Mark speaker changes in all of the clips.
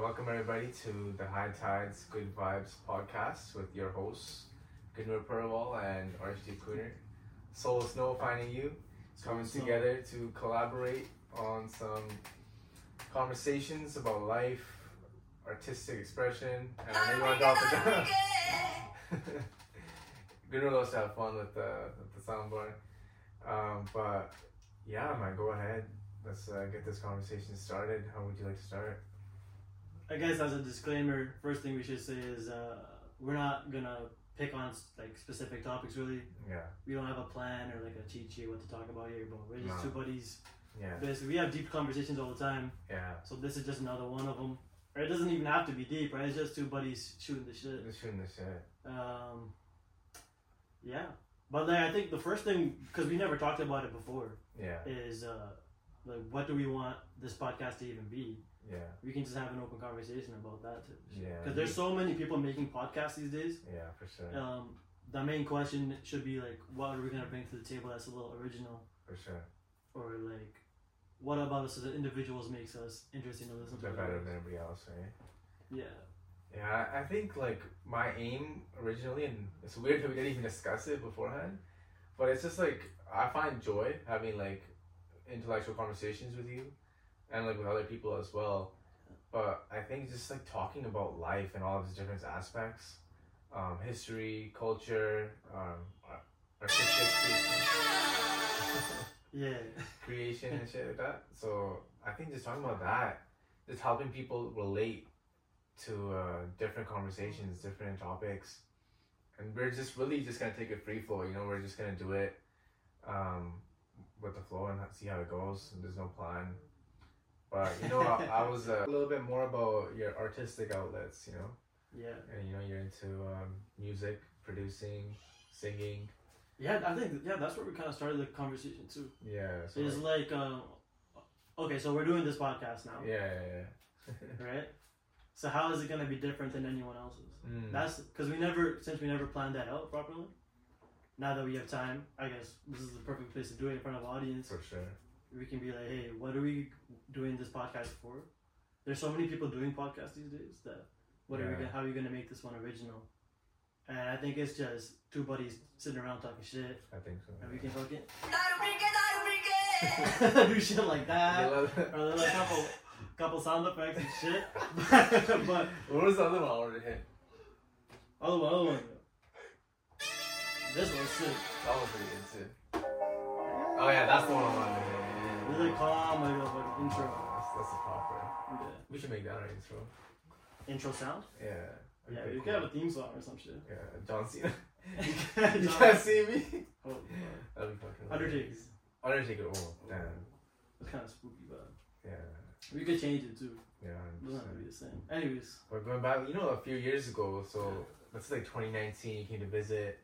Speaker 1: welcome everybody to the High Tides Good Vibes podcast with your hosts Gunnar Perwal and RHD Cooner. Soul Snow finding you, coming
Speaker 2: Snow.
Speaker 1: together to collaborate on some conversations about life, artistic expression, and I know you want to drop it down. Gunnar loves to have fun with the, with the soundboard, um, but yeah, man, go ahead. Let's uh, get this conversation started. How would you like to start?
Speaker 2: I guess as a disclaimer, first thing we should say is uh, we're not gonna pick on like specific topics. Really,
Speaker 1: Yeah,
Speaker 2: we don't have a plan or like a cheat sheet what to talk about here. But we're just
Speaker 1: No.
Speaker 2: two buddies.
Speaker 1: yeah,
Speaker 2: Basically, we have deep conversations all the time.
Speaker 1: yeah.
Speaker 2: So this is just another one of them. Or it doesn't even have to be deep, right? It's just two buddies shooting the shit.
Speaker 1: Just shooting the shit.
Speaker 2: Um, yeah, but like I think the first thing because we never talked about it before
Speaker 1: Yeah,
Speaker 2: is uh, like what do we want this podcast to even be?
Speaker 1: yeah,
Speaker 2: we can just have an open conversation about that too.
Speaker 1: Yeah.
Speaker 2: Because there's so many people making podcasts these days.
Speaker 1: yeah, for sure,
Speaker 2: Um, the main question should be like, what are we gonna bring to the table that's a little original,
Speaker 1: for sure.
Speaker 2: or like, what about us as individuals makes us interesting to listen to?
Speaker 1: They're better than everybody else, right?
Speaker 2: Yeah.
Speaker 1: Yeah, I I think like my aim originally, and it's weird that we didn't even discuss it beforehand, but it's just like I find joy having like intellectual conversations with you, and like with other people as well. But I think just like talking about life and all of its different aspects, um, history, culture, um, ar- artistic creation.
Speaker 2: Yeah.
Speaker 1: creation and shit like that. So I think just talking about that, just helping people relate to uh, different conversations, different topics, and we're just really just gonna take a free flow. You know, we're just gonna do it um, with the flow and see how it goes. And there's no plan. But you know, I, I was uh, a little bit more about your artistic outlets. You know,
Speaker 2: Yeah.
Speaker 1: and you know you're into um, music, producing, singing.
Speaker 2: Yeah. I think yeah, that's where we kind of started the conversation too.
Speaker 1: Yeah. So
Speaker 2: It's
Speaker 1: like-
Speaker 2: like, um, okay, so we're doing this podcast now,
Speaker 1: yeah, yeah, yeah.
Speaker 2: right? So how is it gonna be different than anyone else's?
Speaker 1: Mm.
Speaker 2: That's because we never, since we never planned that out properly. Now that we have time, I guess this is the perfect place to do it in front of audience.
Speaker 1: for sure.
Speaker 2: We can be like, hey, what are we doing this podcast for? There's so many people doing podcasts these days that what are we
Speaker 1: Yeah.
Speaker 2: gonna, how are you gonna make this one original? And I think it's just two buddies sitting around talking shit,
Speaker 1: I think so.
Speaker 2: and we can
Speaker 3: Darwige,
Speaker 2: fucking do shit like
Speaker 1: Yeah,
Speaker 2: that,
Speaker 1: love-
Speaker 2: or like a couple, couple sound effects and shit. but
Speaker 1: what was the other one I already hit?
Speaker 2: other one, other one. This one's sick.
Speaker 1: That was pretty good too. Oh yeah, that's the one I wanted to hit. Yeah, yeah,
Speaker 2: Really
Speaker 1: yeah.
Speaker 2: calm, like a like, intro.
Speaker 1: That's, that's a proper.
Speaker 2: Yeah.
Speaker 1: We should make that our intro.
Speaker 2: Intro sound?
Speaker 1: Yeah.
Speaker 2: Yeah,
Speaker 1: Okay,
Speaker 2: you
Speaker 1: cool.
Speaker 2: could have a theme song or some shit.
Speaker 1: Yeah, John Cena. you
Speaker 2: John-
Speaker 1: can't see me.
Speaker 2: Oh, fuck.
Speaker 1: That'd be fucking.
Speaker 2: Undertaker.
Speaker 1: Undertaker. Oh damn.
Speaker 2: It's kind of spooky, but
Speaker 1: Yeah.
Speaker 2: we could change it too.
Speaker 1: Yeah.
Speaker 2: It
Speaker 1: 100%.
Speaker 2: doesn't have to be the same. Anyways,
Speaker 1: But going back, you know, a few years ago, so that's like 2019. You came to visit,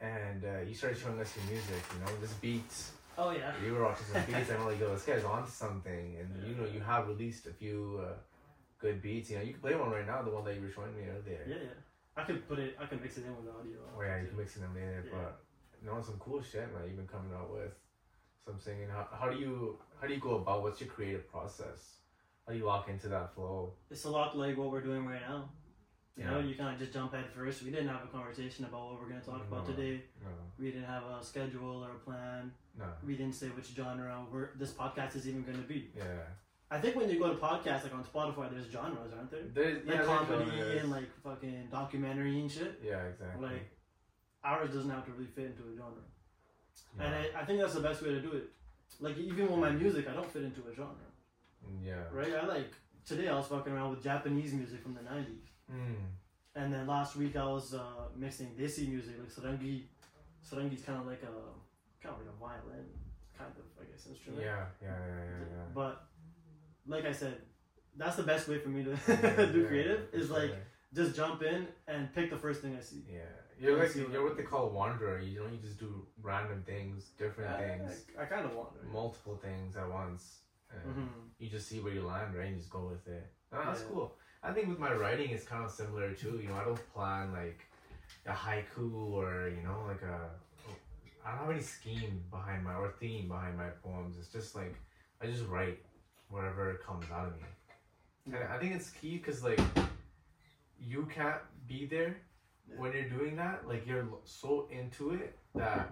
Speaker 1: and uh, you started showing us your music. You know, just beats.
Speaker 2: oh yeah,
Speaker 1: you were watching some beats and I'm like, yo, this guy's onto something. And you know, you have released a few uh, good beats. You know, you can play one right now, the one that you were showing me earlier.
Speaker 2: yeah, yeah. I could put it. I could mix it in with the audio.
Speaker 1: Oh yeah, you can mix it in there.
Speaker 2: Yeah.
Speaker 1: But you know, some cool shit man. you've been coming out with. Some singing. How, how do you how do you go about what's your creative process? How do you lock into that flow?
Speaker 2: It's a lot like what we're doing right now. You know,
Speaker 1: Yeah.
Speaker 2: you kind of just jump head first. We didn't have a conversation about what we're gonna talk about
Speaker 1: No.
Speaker 2: today.
Speaker 1: No,
Speaker 2: We didn't have a schedule or a plan.
Speaker 1: no,
Speaker 2: We didn't say which genre we're, this podcast is even gonna be.
Speaker 1: yeah.
Speaker 2: I think when you go to podcasts like on Spotify, there's genres, aren't there?
Speaker 1: There's
Speaker 2: like
Speaker 1: yeah, there's
Speaker 2: comedy
Speaker 1: genres.
Speaker 2: and like fucking documentary and shit.
Speaker 1: yeah, exactly.
Speaker 2: like, Ours doesn't have to really fit into a genre,
Speaker 1: No.
Speaker 2: and I, I think that's the best way to do it. Like even with my music, I don't fit into a genre,
Speaker 1: Mm, yeah.
Speaker 2: right? I like today I was fucking around with Japanese music from the '90s,
Speaker 1: Mm.
Speaker 2: and then last week I was uh, mixing desi music like sarangi. Sarangi's kind of like a kind of like a violin kind of I guess instrument.
Speaker 1: Yeah, yeah, yeah, yeah, yeah.
Speaker 2: But like I said, that's the best way for me to
Speaker 1: Yeah,
Speaker 2: do
Speaker 1: yeah,
Speaker 2: creative
Speaker 1: for
Speaker 2: is like
Speaker 1: sure.
Speaker 2: just jump in and pick the first thing I see.
Speaker 1: Yeah, you're
Speaker 2: Let's
Speaker 1: like
Speaker 2: see what
Speaker 1: you're what they
Speaker 2: happens.
Speaker 1: call a wanderer. You know, you just do random things, different things,
Speaker 2: I, kind of want.
Speaker 1: multiple things at once. And
Speaker 2: hmm
Speaker 1: You just see where you land, right? And you just go with it. No, that's
Speaker 2: Yeah.
Speaker 1: cool. I think with my writing, it's kind of similar too. You know, I don't plan like a haiku or you know like a. I don't have any scheme behind my or theme behind my poems. It's just like I just write whatever comes out of me. and I think it's key because like you can't be there when you're doing that. Like you're l- so into it that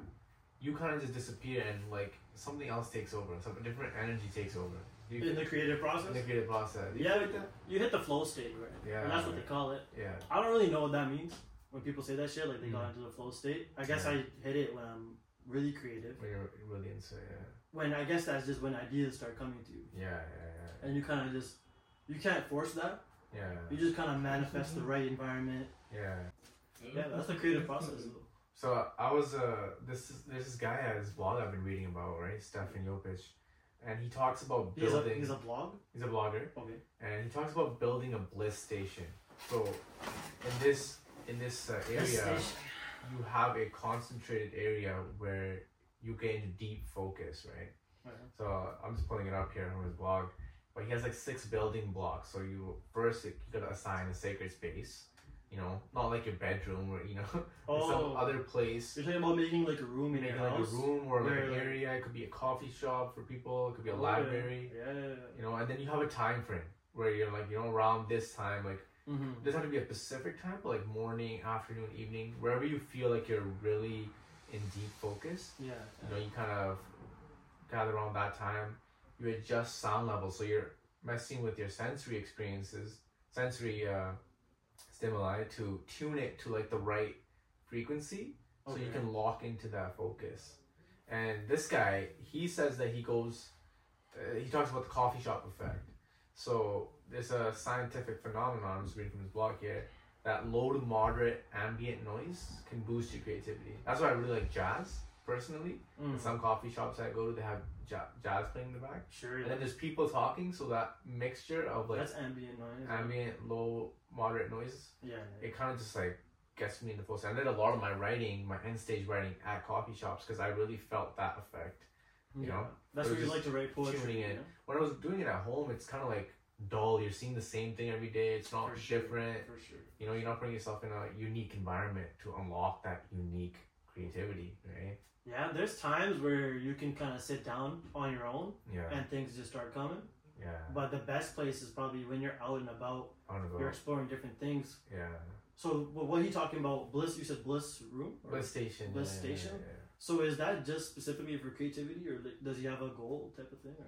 Speaker 1: you kind of just disappear and like something else takes over. Some different energy takes over. You,
Speaker 2: in the creative process.
Speaker 1: in the creative process.
Speaker 2: Yeah, but that- you hit the flow state, right?
Speaker 1: Yeah.
Speaker 2: And that's what they call it.
Speaker 1: Yeah.
Speaker 2: I don't really know what that means when people say that shit. Like they
Speaker 1: Mhm.
Speaker 2: got into the flow state. I guess
Speaker 1: Yeah.
Speaker 2: I hit it when I'm really creative.
Speaker 1: When you're really into it.
Speaker 2: When I guess that's just when ideas start coming to you,
Speaker 1: Yeah. Yeah. Yeah.
Speaker 2: and you kind of just you can't force that.
Speaker 1: Yeah.
Speaker 2: You
Speaker 1: Yeah.
Speaker 2: just kind of manifest the right environment.
Speaker 1: yeah.
Speaker 2: Yeah, that's the creative process. Though.
Speaker 1: So I was uh this is there's this guy at his blog I've been reading about right Stefan Jopic, and he talks about
Speaker 2: He's a
Speaker 1: building.
Speaker 2: he's a blog.
Speaker 1: he's a blogger.
Speaker 2: Okay.
Speaker 1: and he talks about building a bliss station. So, in this in this uh, area, you have a concentrated area where you gain deep focus, right?
Speaker 2: Alright.
Speaker 1: So I'm just pulling it up here on his blog, but he has like six building blocks. So you first you gotta assign a sacred space, you know, not like your bedroom or you know
Speaker 2: Oh,
Speaker 1: some other place.
Speaker 2: you're talking about making like a room in
Speaker 1: Maybe
Speaker 2: your
Speaker 1: like a
Speaker 2: house.
Speaker 1: room or like
Speaker 2: where,
Speaker 1: an
Speaker 2: like-
Speaker 1: area. It could be a coffee shop for people. It could be a
Speaker 2: Oh, yeah.
Speaker 1: library
Speaker 2: Yeah. yeah,
Speaker 1: you know, and then you have a time frame where you're like, you know, around this time, like
Speaker 2: yeah. hmm
Speaker 1: it doesn't have to be a specific time, but like morning, afternoon, evening, wherever you feel like you're really in deep focus,
Speaker 2: Yeah.
Speaker 1: you know, you kind of gather around that time. You adjust sound levels, so you're messing with your sensory experiences, sensory uh, stimuli to tune it to like the right frequency, so you
Speaker 2: Okay.
Speaker 1: can lock into that focus. And this guy, he says that he goes, uh, he talks about the coffee shop effect. So there's a scientific phenomenon, I'm just reading from his blog here, that low to moderate ambient noise can boost your creativity. That's why I really like jazz, personally.
Speaker 2: Mm.
Speaker 1: Some coffee shops that I go to, they have ja- jazz playing in the back.
Speaker 2: Sure.
Speaker 1: And then there's people talking, so that mixture of like
Speaker 2: that's ambient noise.
Speaker 1: ambient, low, moderate noise
Speaker 2: yeah. yeah.
Speaker 1: it kind of just like gets me in the flow. So I did a lot of my writing, my end stage writing at coffee shops because I really felt that effect. you
Speaker 2: Yeah.
Speaker 1: know,
Speaker 2: That's
Speaker 1: so
Speaker 2: where you
Speaker 1: just
Speaker 2: like to write poetry.
Speaker 1: tuning
Speaker 2: you
Speaker 1: it.
Speaker 2: know?
Speaker 1: When I was doing it at home, it's kind of like dull. You're seeing the same thing every day. It's not
Speaker 2: For sure,
Speaker 1: different.
Speaker 2: For sure.
Speaker 1: You know, you're not putting yourself in a unique environment to unlock that unique creativity, right?
Speaker 2: Yeah, there's times where you can kind of sit down on your own
Speaker 1: Yeah,
Speaker 2: and things just start coming.
Speaker 1: yeah.
Speaker 2: But the best place is probably when you're out and about,
Speaker 1: On the go.
Speaker 2: you're exploring different things.
Speaker 1: Yeah.
Speaker 2: So, wh- what are you talking about? Bliss, you said bliss room? or-
Speaker 1: Bliss station.
Speaker 2: Bliss
Speaker 1: yeah,
Speaker 2: station?
Speaker 1: yeah, yeah.
Speaker 2: So, is that just specifically for creativity or like, does he have a goal type of thing? Or?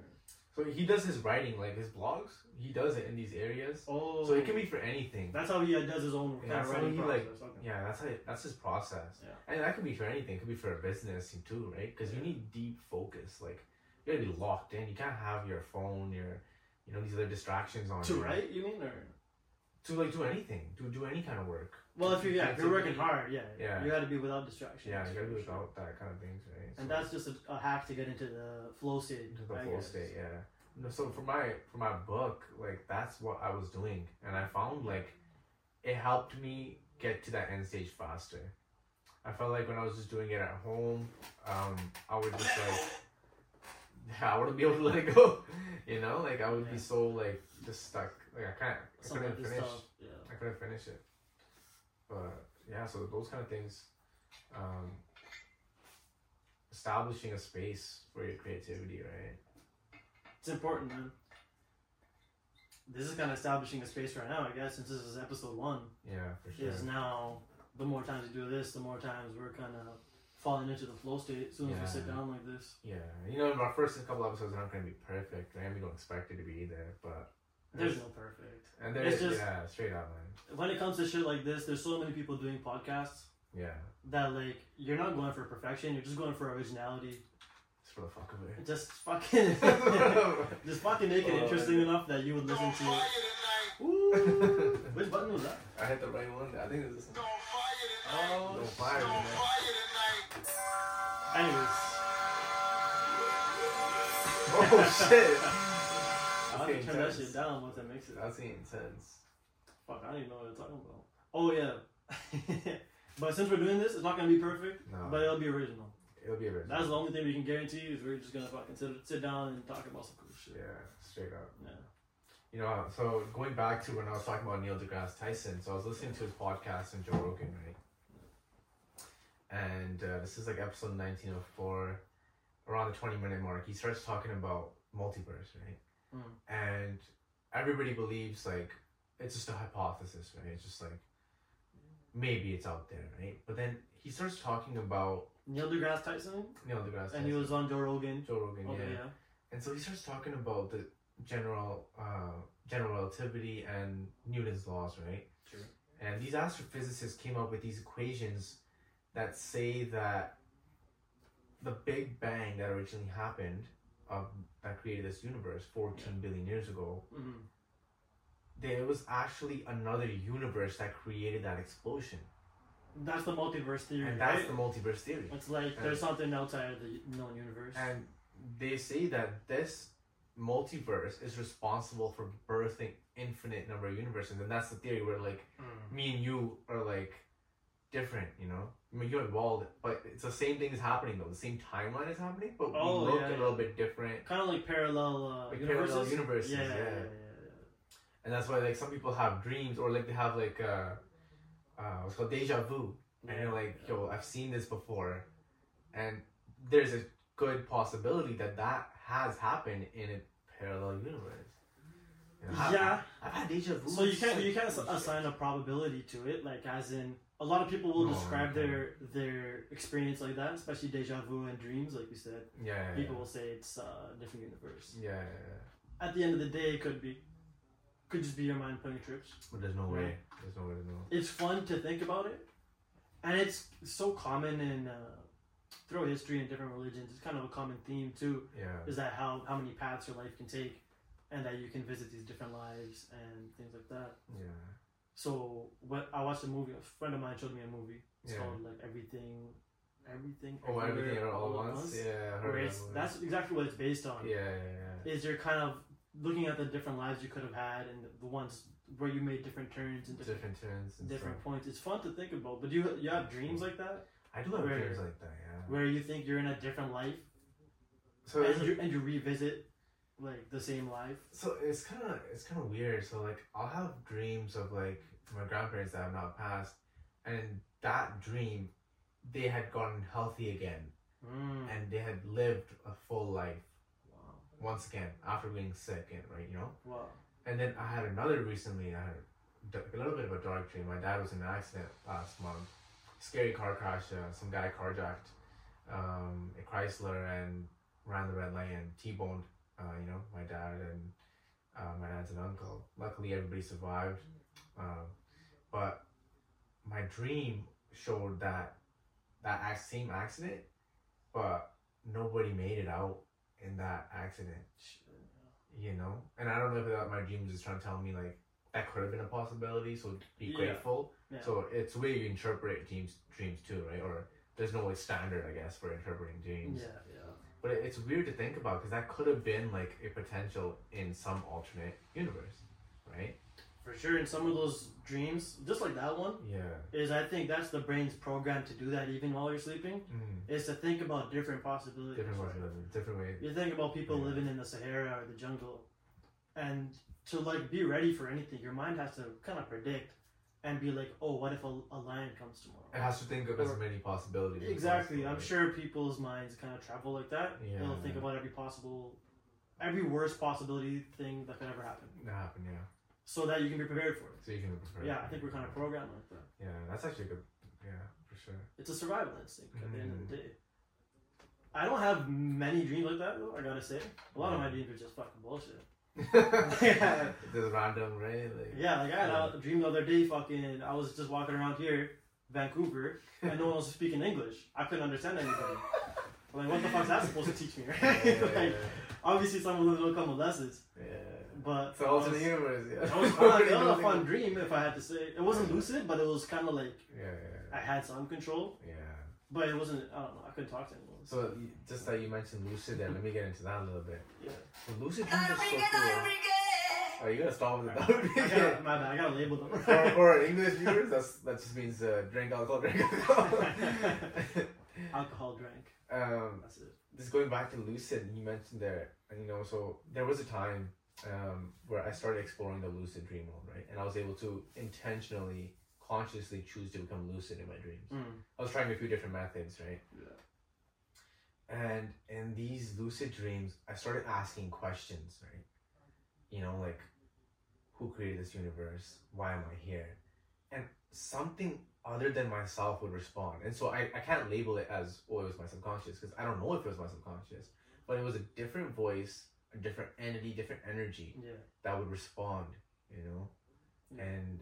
Speaker 1: So he does his writing, like his blogs. He does it in these areas.
Speaker 2: Oh,
Speaker 1: So it can be for anything.
Speaker 2: That's how he uh, does his own
Speaker 1: Yeah,
Speaker 2: kind of
Speaker 1: so
Speaker 2: writing
Speaker 1: he,
Speaker 2: process.
Speaker 1: like-
Speaker 2: okay.
Speaker 1: Yeah, that's how, that's his process.
Speaker 2: Yeah.
Speaker 1: And that could be for anything. It could be for a business thing too, right? Because you
Speaker 2: Yeah.
Speaker 1: need deep focus. Like you gotta be locked in. You can't have your phone, your you know these other distractions on.
Speaker 2: To
Speaker 1: you.
Speaker 2: write, you mean? Or?
Speaker 1: To like do anything. To do any kind of work.
Speaker 2: Well, if you're, yeah, if you're working
Speaker 1: Creativity.
Speaker 2: hard, yeah.
Speaker 1: Yeah.
Speaker 2: You got to be without distractions.
Speaker 1: Yeah, you gotta
Speaker 2: for
Speaker 1: do
Speaker 2: sure.
Speaker 1: without that kind of things, right?
Speaker 2: And
Speaker 1: So-
Speaker 2: that's just a, a hack to get into the flow state.
Speaker 1: into the
Speaker 2: I
Speaker 1: flow
Speaker 2: guess.
Speaker 1: state. Yeah. No, so for my for my book, like that's what I was doing, and I found like it helped me get to that end stage faster. I felt like when I was just doing it at home, um, I would just like I wouldn't be able to let it go, you know. Like I would
Speaker 2: Yeah.
Speaker 1: be so like just stuck. Like I can't. I
Speaker 2: Some of
Speaker 1: couldn't
Speaker 2: the
Speaker 1: finish.
Speaker 2: stuff. Yeah.
Speaker 1: I couldn't finish it. But yeah, so those kind of things, um, establishing a space for your creativity, right?
Speaker 2: It's important, man. This is kind of establishing a space right now, I guess, since this is episode one.
Speaker 1: Yeah, for sure.
Speaker 2: Is now the more times you do this, the more times we're kind of falling into the flow state. As soon as we sit
Speaker 1: Yeah.
Speaker 2: down like this,
Speaker 1: Yeah, you know, our first couple episodes aren't going to be perfect, and we don't expect it to be either. But
Speaker 2: there's no perfect.
Speaker 1: and there's
Speaker 2: it's just-
Speaker 1: yeah, straight out man.
Speaker 2: When it comes to shit like this, there's so many people doing podcasts
Speaker 1: Yeah,
Speaker 2: that like you're not going for perfection. You're just going for originality.
Speaker 1: it's for the fuck of it.
Speaker 2: Just fucking, just fucking make it
Speaker 1: Oh,
Speaker 2: interesting
Speaker 1: yeah.
Speaker 2: enough that you would listen
Speaker 3: Don't
Speaker 2: to.
Speaker 3: fire
Speaker 2: it.
Speaker 3: tonight.
Speaker 2: Ooh, which button was that?
Speaker 1: I hit the right one. I think it's this
Speaker 3: Don't fire tonight.
Speaker 2: Oh,
Speaker 1: No fire,
Speaker 3: Don't
Speaker 1: man.
Speaker 3: fire tonight.
Speaker 2: anyways,
Speaker 1: Oh shit!
Speaker 2: I'll have to
Speaker 1: That's
Speaker 2: turn that shit
Speaker 1: intense.
Speaker 2: down once I mix it.
Speaker 1: That's intense.
Speaker 2: Fuck, I don't even know what I'm talking about. Oh yeah. but since we're doing this, it's not gonna be perfect,
Speaker 1: No,
Speaker 2: but uh, it'll be original.
Speaker 1: it'll be original.
Speaker 2: That's the only thing we can guarantee is we're just gonna fucking sit, sit down and talk about some cool shit.
Speaker 1: yeah, straight up.
Speaker 2: Yeah.
Speaker 1: You know, so going back to when I was talking about Neil deGrasse Tyson, so I was listening to his podcast on Joe Rogan, right? And uh, this is like episode 1904,
Speaker 2: Hmm.
Speaker 1: around the 20 minute mark. He starts talking about multiverse, right?
Speaker 2: Mm.
Speaker 1: And everybody believes like it's just a hypothesis, right? It's just like maybe it's out there, right? But then he starts talking about
Speaker 2: Neil deGrasse Tyson,
Speaker 1: Neil deGrasse
Speaker 2: and he
Speaker 1: Tyson,
Speaker 2: was on Joe Rogan.
Speaker 1: Joe Rogan,
Speaker 2: Oh,
Speaker 1: yeah.
Speaker 2: yeah.
Speaker 1: And so he starts talking about the general uh, general relativity and Newton's laws, right?
Speaker 2: True.
Speaker 1: And these astrophysicists came up with these equations that say that the Big Bang that originally happened, um, that created this universe 14 billion years ago,
Speaker 2: hmm
Speaker 1: there was actually another universe that created that explosion.
Speaker 2: That's the multiverse theory.
Speaker 1: And that's
Speaker 2: right?
Speaker 1: the multiverse theory.
Speaker 2: It's like there's something outside of the known universe.
Speaker 1: And they say that this multiverse is responsible for birthing infinite number of universes, and that's the theory where like
Speaker 2: Mm.
Speaker 1: me and you are like different, you know. I mean, you're involved, but it's the same thing is happening though. The same timeline is happening, but
Speaker 2: Oh,
Speaker 1: we look
Speaker 2: yeah,
Speaker 1: a
Speaker 2: yeah.
Speaker 1: little bit different.
Speaker 2: Kind of like parallel uh,
Speaker 1: Like
Speaker 2: universes.
Speaker 1: parallel universes,
Speaker 2: yeah, yeah,
Speaker 1: yeah. And that's why like some people have dreams or like they have like uh, uh what's called deja vu,
Speaker 2: yeah, yeah.
Speaker 1: and you're like, yo, I've seen this before, and there's a good possibility that that has happened in a parallel universe. You know, I've-
Speaker 2: Yeah.
Speaker 1: I've had deja vu.
Speaker 2: So you
Speaker 1: It's
Speaker 2: can't
Speaker 1: like-
Speaker 2: you can't ass- assign a probability to it, like as in a lot of people will
Speaker 1: No,
Speaker 2: describe
Speaker 1: okay.
Speaker 2: their their experience like that, especially deja vu and dreams, like you said.
Speaker 1: Yeah, yeah, yeah.
Speaker 2: People will say it's uh, a different universe.
Speaker 1: Yeah, yeah, yeah.
Speaker 2: At the end of the day, it could be, could just be your mind playing tricks.
Speaker 1: But there's no way. There's no way to know.
Speaker 2: It's fun to think about it, and it's so common in uh, throughout history and different religions. It's kind of a common theme too.
Speaker 1: Yeah.
Speaker 2: is that how how many paths your life can take and that you can visit these different lives and things like that
Speaker 1: Yeah.
Speaker 2: so what i watched a movie a friend of mine showed me a movie it's
Speaker 1: Yeah.
Speaker 2: called like everything everything
Speaker 1: Oh,
Speaker 2: Everywhere,
Speaker 1: everything at all at once. Yeah. I heard
Speaker 2: where
Speaker 1: of
Speaker 2: it's,
Speaker 1: that.
Speaker 2: that's exactly what it's based on
Speaker 1: Yeah, yeah, yeah.
Speaker 2: is you're kind of looking at the different lives you could have had and the ones where you made different turns and different
Speaker 1: Different turns. And
Speaker 2: different
Speaker 1: Stuff.
Speaker 2: points it's fun to think about but do you, you have dreams like that
Speaker 1: I do have
Speaker 2: Where-
Speaker 1: dreams like that. Yeah.
Speaker 2: where you think you're in a different life
Speaker 1: So it's,
Speaker 2: and, you, and you revisit like the same life
Speaker 1: so it's kind of it's kind of weird. So like I'll have dreams of like my grandparents that have not passed, and that dream, they had gotten healthy again
Speaker 2: Mm.
Speaker 1: and they had lived a full life
Speaker 2: wow
Speaker 1: once again after being sick and right you know.
Speaker 2: wow
Speaker 1: And then I had another recently. I had a d- a little bit of a dark dream. My dad was in an accident last month. Scary car crash. Uh, some guy carjacked um, a Chrysler and ran the red light and T-boned. Uh, you know, my dad and uh, my aunt and uncle. Luckily, everybody survived. Um, but my dream showed that that ac- same accident, but nobody made it out in that accident
Speaker 2: Shit.
Speaker 1: you know and i don't know if that my dreams is trying to tell me like that could have been a possibility so be
Speaker 2: Yeah.
Speaker 1: grateful
Speaker 2: Yeah.
Speaker 1: so it's the way you interpret dreams dreams too right or there's no like standard i guess for interpreting dreams
Speaker 2: Yeah, yeah.
Speaker 1: but it, it's weird to think about because that could have been like a potential in some alternate universe right
Speaker 2: For sure, and some of those dreams, just like that one,
Speaker 1: yeah
Speaker 2: is I think that's the brain's program to do that even while you're sleeping,
Speaker 1: mm.
Speaker 2: is to think about different possibilities.
Speaker 1: different ways of living, different way
Speaker 2: You think about people
Speaker 1: Yeah.
Speaker 2: living in the Sahara or the jungle, and to like be ready for anything, your mind has to kind of predict and be like, oh, what if a, a lion comes
Speaker 1: it
Speaker 2: tomorrow?
Speaker 1: has to think of as
Speaker 2: Or-
Speaker 1: many possibilities as
Speaker 2: Exactly. I'm
Speaker 1: possible,
Speaker 2: sure people's minds kind of travel like that.
Speaker 1: Yeah.
Speaker 2: They'll think about every possible, every worst possibility thing that could ever happen,
Speaker 1: right? that happened yeah
Speaker 2: so that you can be prepared for it.
Speaker 1: so you can prepare
Speaker 2: Yeah, I think we're kind of programmed like that.
Speaker 1: yeah that's actually good yeah for sure
Speaker 2: It's a survival instinct at the end of the day. I don't have many dreams like that though, I gotta say. A lot of my dreams are just fucking bullshit. Yeah.
Speaker 1: Just random, right? Like,
Speaker 2: Yeah, like I had a dream the other day, fucking, I was just walking around here, Vancouver, and no one was speaking English. I couldn't understand anybody. like, what the fuck's that supposed to teach me, right? like, obviously, some of them don't come with lessons,
Speaker 1: yeah.
Speaker 2: but.
Speaker 1: It's all to the
Speaker 2: it
Speaker 1: universe, yeah.
Speaker 2: was, it was fun, it was a fun dream, if I had to say. It wasn't lucid, but it was kind of like
Speaker 1: Yeah, yeah,
Speaker 2: I had some control,
Speaker 1: yeah.
Speaker 2: but it wasn't, I don't know, I couldn't talk to anyone. So,
Speaker 1: So you- just that you mentioned lucid, then let me get into that a little bit.
Speaker 2: yeah.
Speaker 1: So lucid dreams are so cool. Oh, you gotta stop with
Speaker 2: I gotta,
Speaker 1: that.
Speaker 2: my bad, I gotta label them.
Speaker 1: for, for English viewers, that's that just means uh, drink alcohol, drink alcohol.
Speaker 2: Alcohol drank.
Speaker 1: um,
Speaker 2: That's it.
Speaker 1: just going back to lucid you mentioned there and you know so there was a time um, where i started exploring the lucid dream world right and i was able to intentionally consciously choose to become lucid in my dreams i was trying a few different methods right and in these lucid dreams i started asking questions right you know like who created this universe? Why am I here? And something other than myself would respond. And so I, I can't label it as, oh, it was my subconscious, because I don't know if it was my subconscious. But it was a different voice, a different entity, different energy
Speaker 2: Yeah.
Speaker 1: that would respond, you know?
Speaker 2: Yeah.
Speaker 1: And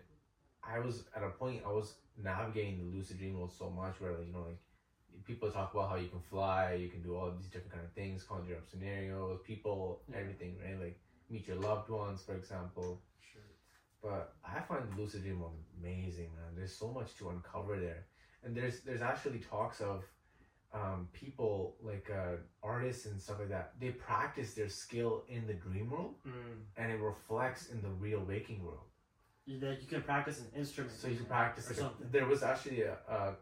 Speaker 1: I was at a point I was navigating the lucid dream world so much where like, you know, like people talk about how you can fly, you can do all these different kind of things, conjure up scenarios, people,
Speaker 2: Yeah.
Speaker 1: everything, right? Like meet your loved ones, for example.
Speaker 2: Sure.
Speaker 1: But I find the lucid dream world amazing, man. There's so much to uncover there. And there's there's actually talks of um, people like uh, artists and stuff like that. They practice their skill in the dream world
Speaker 2: Mm.
Speaker 1: and it reflects in the real waking world.
Speaker 2: You, like, you can practice an instrument.
Speaker 1: So you can practice
Speaker 2: or
Speaker 1: it.
Speaker 2: something.
Speaker 1: There was actually a, a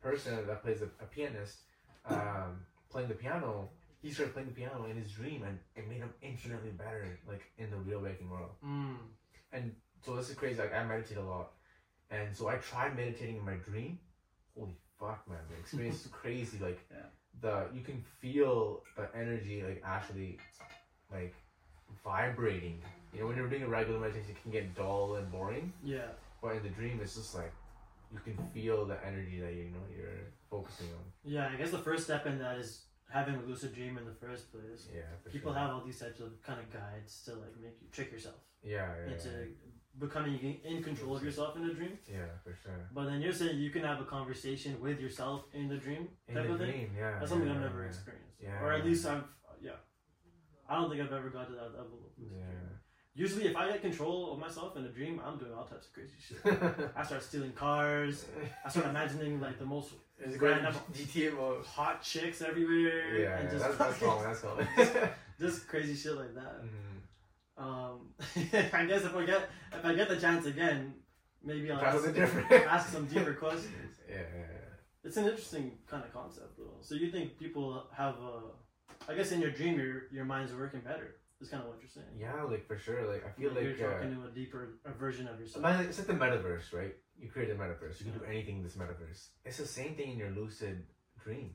Speaker 1: person that plays a, a pianist um, playing the piano. He started playing the piano in his dream, and it made him infinitely better, like in the real waking world.
Speaker 2: Mm.
Speaker 1: So this is crazy. Like I meditate a lot, and so I tried meditating in my dream. Holy fuck, man! The experience is crazy. Like
Speaker 4: Yeah.
Speaker 1: the you can feel the energy, like actually, like vibrating. You know, when you're doing a regular meditation, it can get dull and boring.
Speaker 2: Yeah.
Speaker 1: But in the dream, it's just like you can feel the energy that you know you're focusing on.
Speaker 2: Yeah. I guess the first step in that is having a lucid dream in the first place.
Speaker 1: Yeah, for
Speaker 2: People
Speaker 1: sure.
Speaker 2: have all these types of kind of guides to like make you trick yourself
Speaker 1: yeah, yeah,
Speaker 2: into
Speaker 1: yeah,
Speaker 2: becoming in control of yourself in a dream.
Speaker 1: yeah, for sure.
Speaker 2: But then you're saying you can have a conversation with yourself in the dream
Speaker 1: In
Speaker 2: type
Speaker 1: the
Speaker 2: of thing.
Speaker 1: dream, yeah,
Speaker 2: That's something
Speaker 1: yeah,
Speaker 2: I've
Speaker 1: yeah,
Speaker 2: never
Speaker 1: yeah.
Speaker 2: experienced.
Speaker 1: Yeah.
Speaker 2: Or at least I've, yeah. I don't think I've ever got to that level of lucid dream.
Speaker 1: Yeah.
Speaker 2: Usually, if I get control of myself in a dream, I'm doing all types of crazy shit. I start stealing cars. I start imagining like the most
Speaker 1: It's
Speaker 2: Grand
Speaker 1: going
Speaker 2: up-
Speaker 1: GTA mode.
Speaker 2: hot chicks everywhere.
Speaker 1: Yeah,
Speaker 2: and
Speaker 1: yeah,
Speaker 2: just
Speaker 1: that's that's
Speaker 2: fucking-
Speaker 1: common. That's common.
Speaker 2: just crazy shit like that.
Speaker 1: Mhm.
Speaker 2: Um, I guess if I get if I get the chance again, maybe I'll
Speaker 1: That was
Speaker 2: ask,
Speaker 1: a different.
Speaker 2: ask some deeper questions.
Speaker 1: Yeah, yeah, yeah.
Speaker 2: It's an interesting kind of concept, though. So you think people have a, I guess in your dream, your your mind's working better. Is kind of what you're saying.
Speaker 1: yeah, like for sure. Like I feel
Speaker 2: You're,
Speaker 1: like.
Speaker 2: you're
Speaker 1: Uh,
Speaker 2: talking to a deeper a version of yourself.
Speaker 1: Man, it's like the metaverse, right? You create a metaverse. You can do anything in this metaverse. It's the same thing in your lucid dream.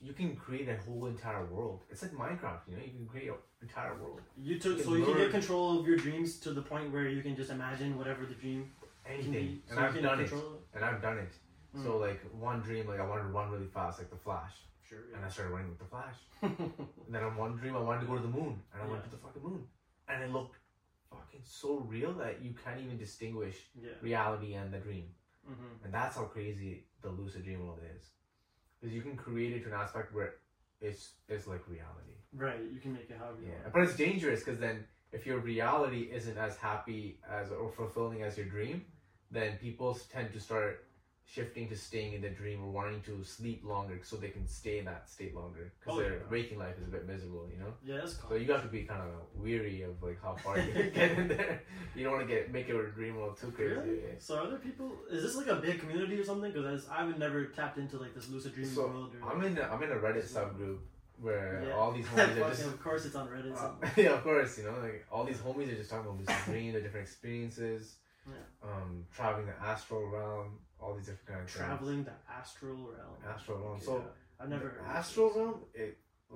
Speaker 1: You can create a whole entire world. It's like Minecraft, you know. You can create an entire world.
Speaker 2: You
Speaker 1: You
Speaker 2: took
Speaker 1: can
Speaker 2: so you can
Speaker 1: learn.
Speaker 2: get control of your dreams to the point where you can just imagine whatever the dream can
Speaker 1: Anything,
Speaker 2: be.
Speaker 1: and
Speaker 2: Mm-hmm. so you
Speaker 1: I've
Speaker 2: can
Speaker 1: done it.
Speaker 2: control
Speaker 1: And I've done it.
Speaker 2: it. Mm.
Speaker 1: So like one dream, like I wanted to run really fast, like the Flash,
Speaker 2: sure.
Speaker 1: and I started running with the Flash.
Speaker 2: Yeah.
Speaker 1: And then on one dream, I wanted to go to the moon, and I went
Speaker 2: Yeah.
Speaker 1: to the fucking moon, and it looked fucking so real that you can't even distinguish
Speaker 2: yeah.
Speaker 1: reality and the dream.
Speaker 2: Mm-hmm.
Speaker 1: And that's how crazy the lucid dream world is. Because you can create it to an aspect where it's it's like reality.
Speaker 2: Right. You can make it however you
Speaker 1: Yeah.
Speaker 2: want.
Speaker 1: But it's dangerous because then if your reality isn't as happy as or fulfilling as your dream, then people s- tend to start shifting to staying in the dream or wanting to sleep longer so they can stay in that state longer because
Speaker 2: Oh,
Speaker 1: their
Speaker 2: yeah.
Speaker 1: waking life is a bit miserable, you know?
Speaker 2: Yeah, that's
Speaker 1: So
Speaker 2: common.
Speaker 1: you have to be kind of weary of like how far you can get in there. You don't want to get make your dream world too crazy.
Speaker 2: Really?
Speaker 1: yeah.
Speaker 2: So are there people? Is this like a big community or something? Because I would never tapped into like this lucid dreaming
Speaker 1: So,
Speaker 2: world. Or,
Speaker 1: I'm in a, I'm in a Reddit subgroup where
Speaker 2: Yeah.
Speaker 1: all these homies are
Speaker 2: Fucking,
Speaker 1: just
Speaker 2: of course, it's on Reddit.
Speaker 1: uh,
Speaker 2: so-
Speaker 1: yeah of course you know like all these homies are just talking about this dream their different experiences
Speaker 2: Yeah.
Speaker 1: um traveling the astral realm all these different kinds of
Speaker 2: traveling the astral realm.
Speaker 1: things. um, astral realm so
Speaker 2: Yeah, I've never. heard
Speaker 1: the
Speaker 2: of this.
Speaker 1: astral realm it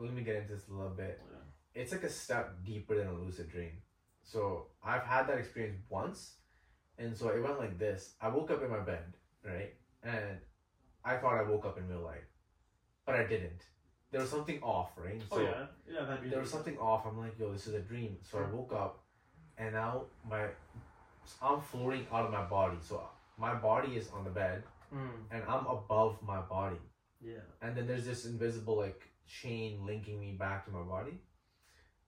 Speaker 1: let me get into this a little bit
Speaker 2: Yeah.
Speaker 1: it's like a step deeper than a lucid dream so I've had that experience once and so it went like this I woke up in my bed right and I thought I woke up in real life but I didn't there was something off right so
Speaker 2: Oh yeah, Hmm. yeah, I've had dreams.
Speaker 1: there was something off. I'm like, yo, this is a dream. So I woke up, and now my I'm floating out of my body. So my body is on the bed,
Speaker 2: Mm,
Speaker 1: and I'm above my body.
Speaker 2: yeah.
Speaker 1: And then there's this invisible like chain linking me back to my body,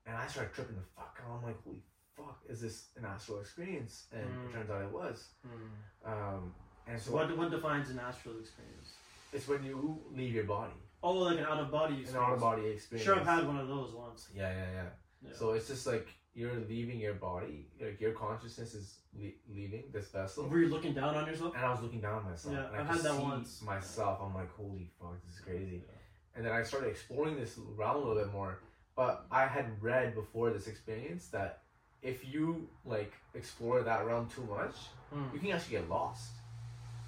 Speaker 1: and I start tripping the fuck out. I'm like, holy fuck, is this an astral experience? And
Speaker 2: Mm.
Speaker 1: it turns out it was.
Speaker 2: Mm.
Speaker 1: Um, and so
Speaker 2: So what what defines an astral experience?
Speaker 1: it's when you leave your body,
Speaker 2: Oh, like an out of body
Speaker 1: an
Speaker 2: experience.
Speaker 1: out of body experience.
Speaker 2: Sure, I've had one of those once.
Speaker 1: Yeah, yeah, yeah.
Speaker 2: Yeah.
Speaker 1: So it's just like you're leaving your body, like your consciousness is le- leaving this vessel.
Speaker 2: were you looking down on yourself?
Speaker 1: And I was looking down at myself.
Speaker 2: Yeah,
Speaker 1: and I
Speaker 2: I've
Speaker 1: could
Speaker 2: had that
Speaker 1: see
Speaker 2: once.
Speaker 1: Myself, I'm like, holy fuck, this is crazy.
Speaker 2: Yeah.
Speaker 1: And then I started exploring this realm a little bit more. But I had read before this experience that if you like explore that realm too much, you
Speaker 2: Mm,
Speaker 1: can actually get lost,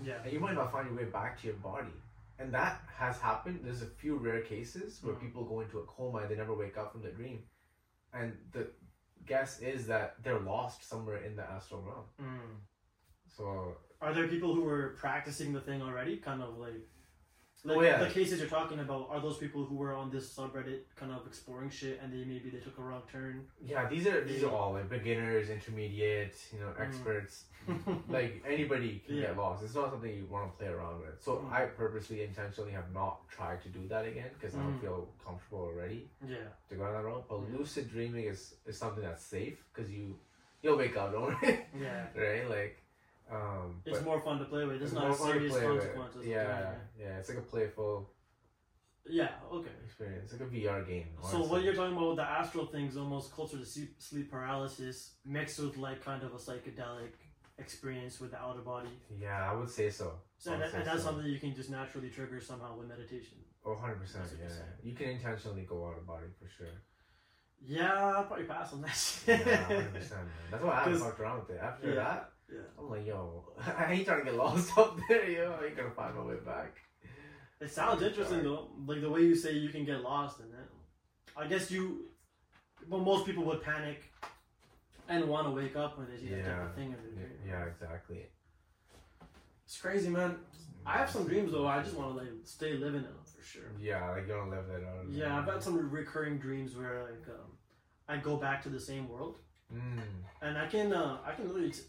Speaker 2: yeah.
Speaker 1: and you might not find your way back to your body. And that has happened. There's a few rare cases where
Speaker 2: Mhm.
Speaker 1: people go into a coma and they never wake up from the dream, and the guess is that they're lost somewhere in the astral realm.
Speaker 2: Mm.
Speaker 1: So
Speaker 2: Are there people who were practicing the thing already? Kind of like, like
Speaker 1: Oh, yeah.
Speaker 2: the cases you're talking about. Are those people who were on this subreddit kind of exploring shit and they maybe they took a wrong turn?
Speaker 1: yeah, these are these are all like beginners, intermediate, you know,
Speaker 2: Mm.
Speaker 1: experts. like anybody can
Speaker 2: Yeah.
Speaker 1: get lost. It's not something you want to play around with. So
Speaker 2: Mm.
Speaker 1: I purposely, intentionally have not tried to do that again because I don't
Speaker 2: Mm.
Speaker 1: feel comfortable already
Speaker 2: yeah,
Speaker 1: to go on that road. But
Speaker 2: Yeah.
Speaker 1: lucid dreaming is, is something that's safe because you you'll wake up, don't worry,
Speaker 2: yeah.
Speaker 1: right? Like, um,
Speaker 2: It's
Speaker 1: but
Speaker 2: more fun to play with. There's
Speaker 1: it's
Speaker 2: not
Speaker 1: more
Speaker 2: a
Speaker 1: fun to
Speaker 2: serious
Speaker 1: play with.
Speaker 2: consequences.
Speaker 1: Yeah, yeah, it's like a playful
Speaker 2: Yeah. Okay.
Speaker 1: experience, like a VR game.
Speaker 2: So what
Speaker 1: honestly.
Speaker 2: you're talking about with the astral things, almost closer to sleep, sleep paralysis, mixed with like kind of a psychedelic experience with the outer body.
Speaker 1: Yeah, I would say so.
Speaker 2: So and,
Speaker 1: I'd say
Speaker 2: and that's
Speaker 1: so.
Speaker 2: something you can just naturally trigger somehow with meditation.
Speaker 1: Oh, 100 percent.
Speaker 2: That's what
Speaker 1: Yeah,
Speaker 2: you're saying.
Speaker 1: you can intentionally go out of body for sure.
Speaker 2: Yeah, I'll probably pass on that shit.
Speaker 1: Yeah, 100 percent. That's why I haven't
Speaker 2: 'Cause-
Speaker 1: fucked around with it. After
Speaker 2: Yeah.
Speaker 1: that.
Speaker 2: Yeah.
Speaker 1: I'm like, yo, I ain't trying to get lost up there, yo. I ain't gonna find my way back.
Speaker 2: It sounds interesting though, like the way you say you can get lost in it. I guess you, well, most people would panic and want to wake up when they see that type
Speaker 1: Yeah.
Speaker 2: of thing. in their
Speaker 1: Yeah,
Speaker 2: dream.
Speaker 1: yeah, exactly.
Speaker 2: it's crazy, man. I have some dreams though. I just want to like stay living in them for sure.
Speaker 1: Yeah, like you don't live that out.
Speaker 2: Yeah, I've had some recurring dreams where like um, I go back to the same world,
Speaker 1: Mm,
Speaker 2: and I can uh, I can literally t-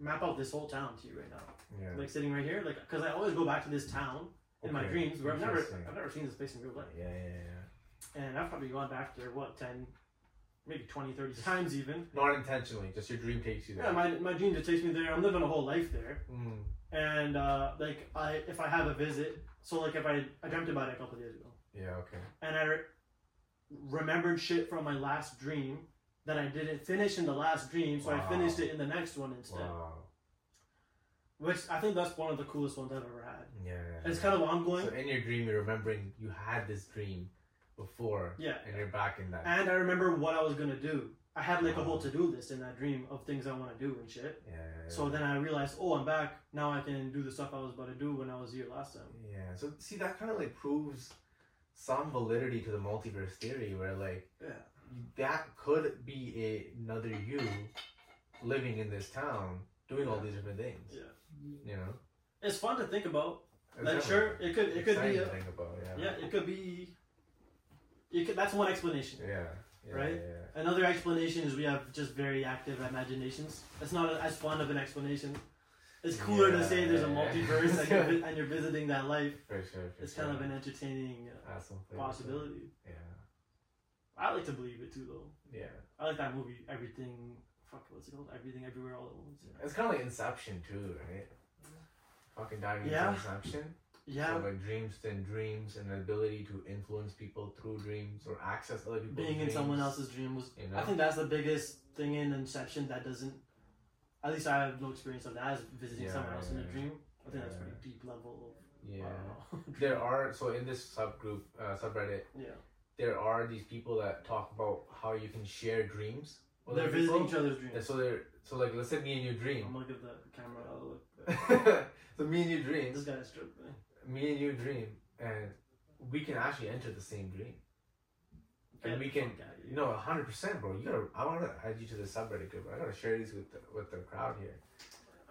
Speaker 2: map out this whole town to you right now.
Speaker 1: yeah.
Speaker 2: Like sitting right here, like because I always go back to this town in my
Speaker 1: Okay,
Speaker 2: dreams where I've never
Speaker 1: interesting.
Speaker 2: I've never seen this place in real life,
Speaker 1: Yeah, yeah, yeah.
Speaker 2: and I've probably gone back there what 10, maybe 20, 30 times even.
Speaker 1: Not intentionally, just your dream takes you there.
Speaker 2: Yeah, my my dream just takes me there. I'm living a whole life there,
Speaker 1: mm,
Speaker 2: and uh, like I if I have a visit, so like if I I dreamt about it a couple of days ago.
Speaker 1: yeah, okay.
Speaker 2: and I re- remembered shit from my last dream that I didn't finish in the last dream, so
Speaker 1: Wow.
Speaker 2: I finished it in the next one instead.
Speaker 1: Wow.
Speaker 2: Which I think that's one of the coolest ones I've ever had.
Speaker 1: Yeah.
Speaker 2: It's kind of ongoing.
Speaker 1: so in your dream, you're remembering you had this dream before,
Speaker 2: Yeah.
Speaker 1: and you're back in that.
Speaker 2: And I remember what I was gonna do. I had like a
Speaker 1: Wow.
Speaker 2: whole to do list in that dream of things I want to do and shit.
Speaker 1: Yeah.
Speaker 2: So then I realized, oh, I'm back. Now I can do the stuff I was about to do when I was here last time.
Speaker 1: Yeah. So see, that kind of like proves some validity to the multiverse theory, where like.
Speaker 2: Yeah.
Speaker 1: that could be a, another you living in this town doing all these different things.
Speaker 2: Yeah.
Speaker 1: You know?
Speaker 2: It's fun to think about. Like,
Speaker 1: That's
Speaker 2: sure,
Speaker 1: definitely
Speaker 2: it could it could be
Speaker 1: exciting
Speaker 2: a,
Speaker 1: to think about, yeah.
Speaker 2: yeah, it could be. It could, that's one explanation.
Speaker 1: Yeah. yeah,
Speaker 2: Right?
Speaker 1: Yeah.
Speaker 2: Another explanation is we have just very active imaginations. It's not as fun of an explanation. It's cooler to say there's a
Speaker 1: Yeah.
Speaker 2: multiverse and, you're, vi- and you're visiting that life.
Speaker 1: For sure. For
Speaker 2: It's
Speaker 1: sure.
Speaker 2: kind of an entertaining uh,
Speaker 1: Add some flavor to it.
Speaker 2: possibility.
Speaker 1: Yeah.
Speaker 2: I like to believe it too, though.
Speaker 1: Yeah.
Speaker 2: I like that movie, Everything. Fuck, what's it called? Everything, Everywhere, All at Once.
Speaker 1: It's kind of like Inception, too, right? Fucking diving
Speaker 2: Yeah.
Speaker 1: into Inception.
Speaker 2: Yeah,
Speaker 1: So, like, dreams within dreams and the ability to influence people through dreams or access other people's
Speaker 2: being in
Speaker 1: dreams.
Speaker 2: someone else's dream was.
Speaker 1: You know?
Speaker 2: I think that's the biggest thing in Inception that doesn't. At least I have no experience of that. Is visiting
Speaker 1: Yeah,
Speaker 2: someone else in a
Speaker 1: yeah,
Speaker 2: dream. I think that's
Speaker 1: yeah.
Speaker 2: pretty deep level. Of,
Speaker 1: Yeah.
Speaker 2: I don't know.
Speaker 1: There are, so in this subgroup, uh, subreddit,
Speaker 2: yeah.
Speaker 1: there are these people that talk about how you can share dreams. with
Speaker 2: They're
Speaker 1: other
Speaker 2: visiting
Speaker 1: people.
Speaker 2: each other's dreams.
Speaker 1: And so they're so like let's say me and you
Speaker 2: I'm
Speaker 1: dream.
Speaker 2: gonna give the camera a look.
Speaker 1: so me and you
Speaker 2: This
Speaker 1: dream.
Speaker 2: guy is tripping.
Speaker 1: Me and you dream, and we can actually enter the same dream. And we can, you know, hundred percent, bro. You gotta. I wanna add you to the subreddit group. I gotta share these with the, with the crowd here.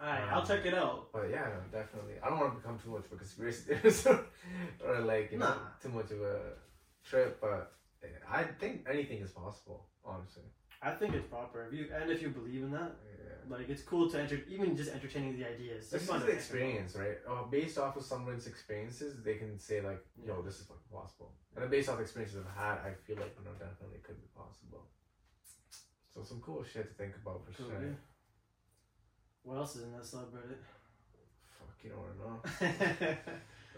Speaker 2: Alright,
Speaker 1: Um,
Speaker 2: I'll check it out.
Speaker 1: But yeah, no, definitely. I don't want to become too much of a conspiracy theorist or, or like you know
Speaker 2: Nah.
Speaker 1: too much of a trip. But eh, I think anything is possible, honestly.
Speaker 2: I think it's proper. If you and if you believe in that,
Speaker 1: Yeah.
Speaker 2: like it's cool to enter even just entertaining the ideas.
Speaker 1: This
Speaker 2: It's
Speaker 1: is
Speaker 2: fun
Speaker 1: the
Speaker 2: to think
Speaker 1: experience, right? Oh, based off of someone's experiences, they can say like, "Yo, this is fucking possible." And then based off the experiences I've had, I feel like, no, definitely it could be possible. So some cool shit to think about for
Speaker 2: about. Cool,
Speaker 1: sure.
Speaker 2: yeah. What else is in that subreddit?
Speaker 1: Fuck, you don't want to know.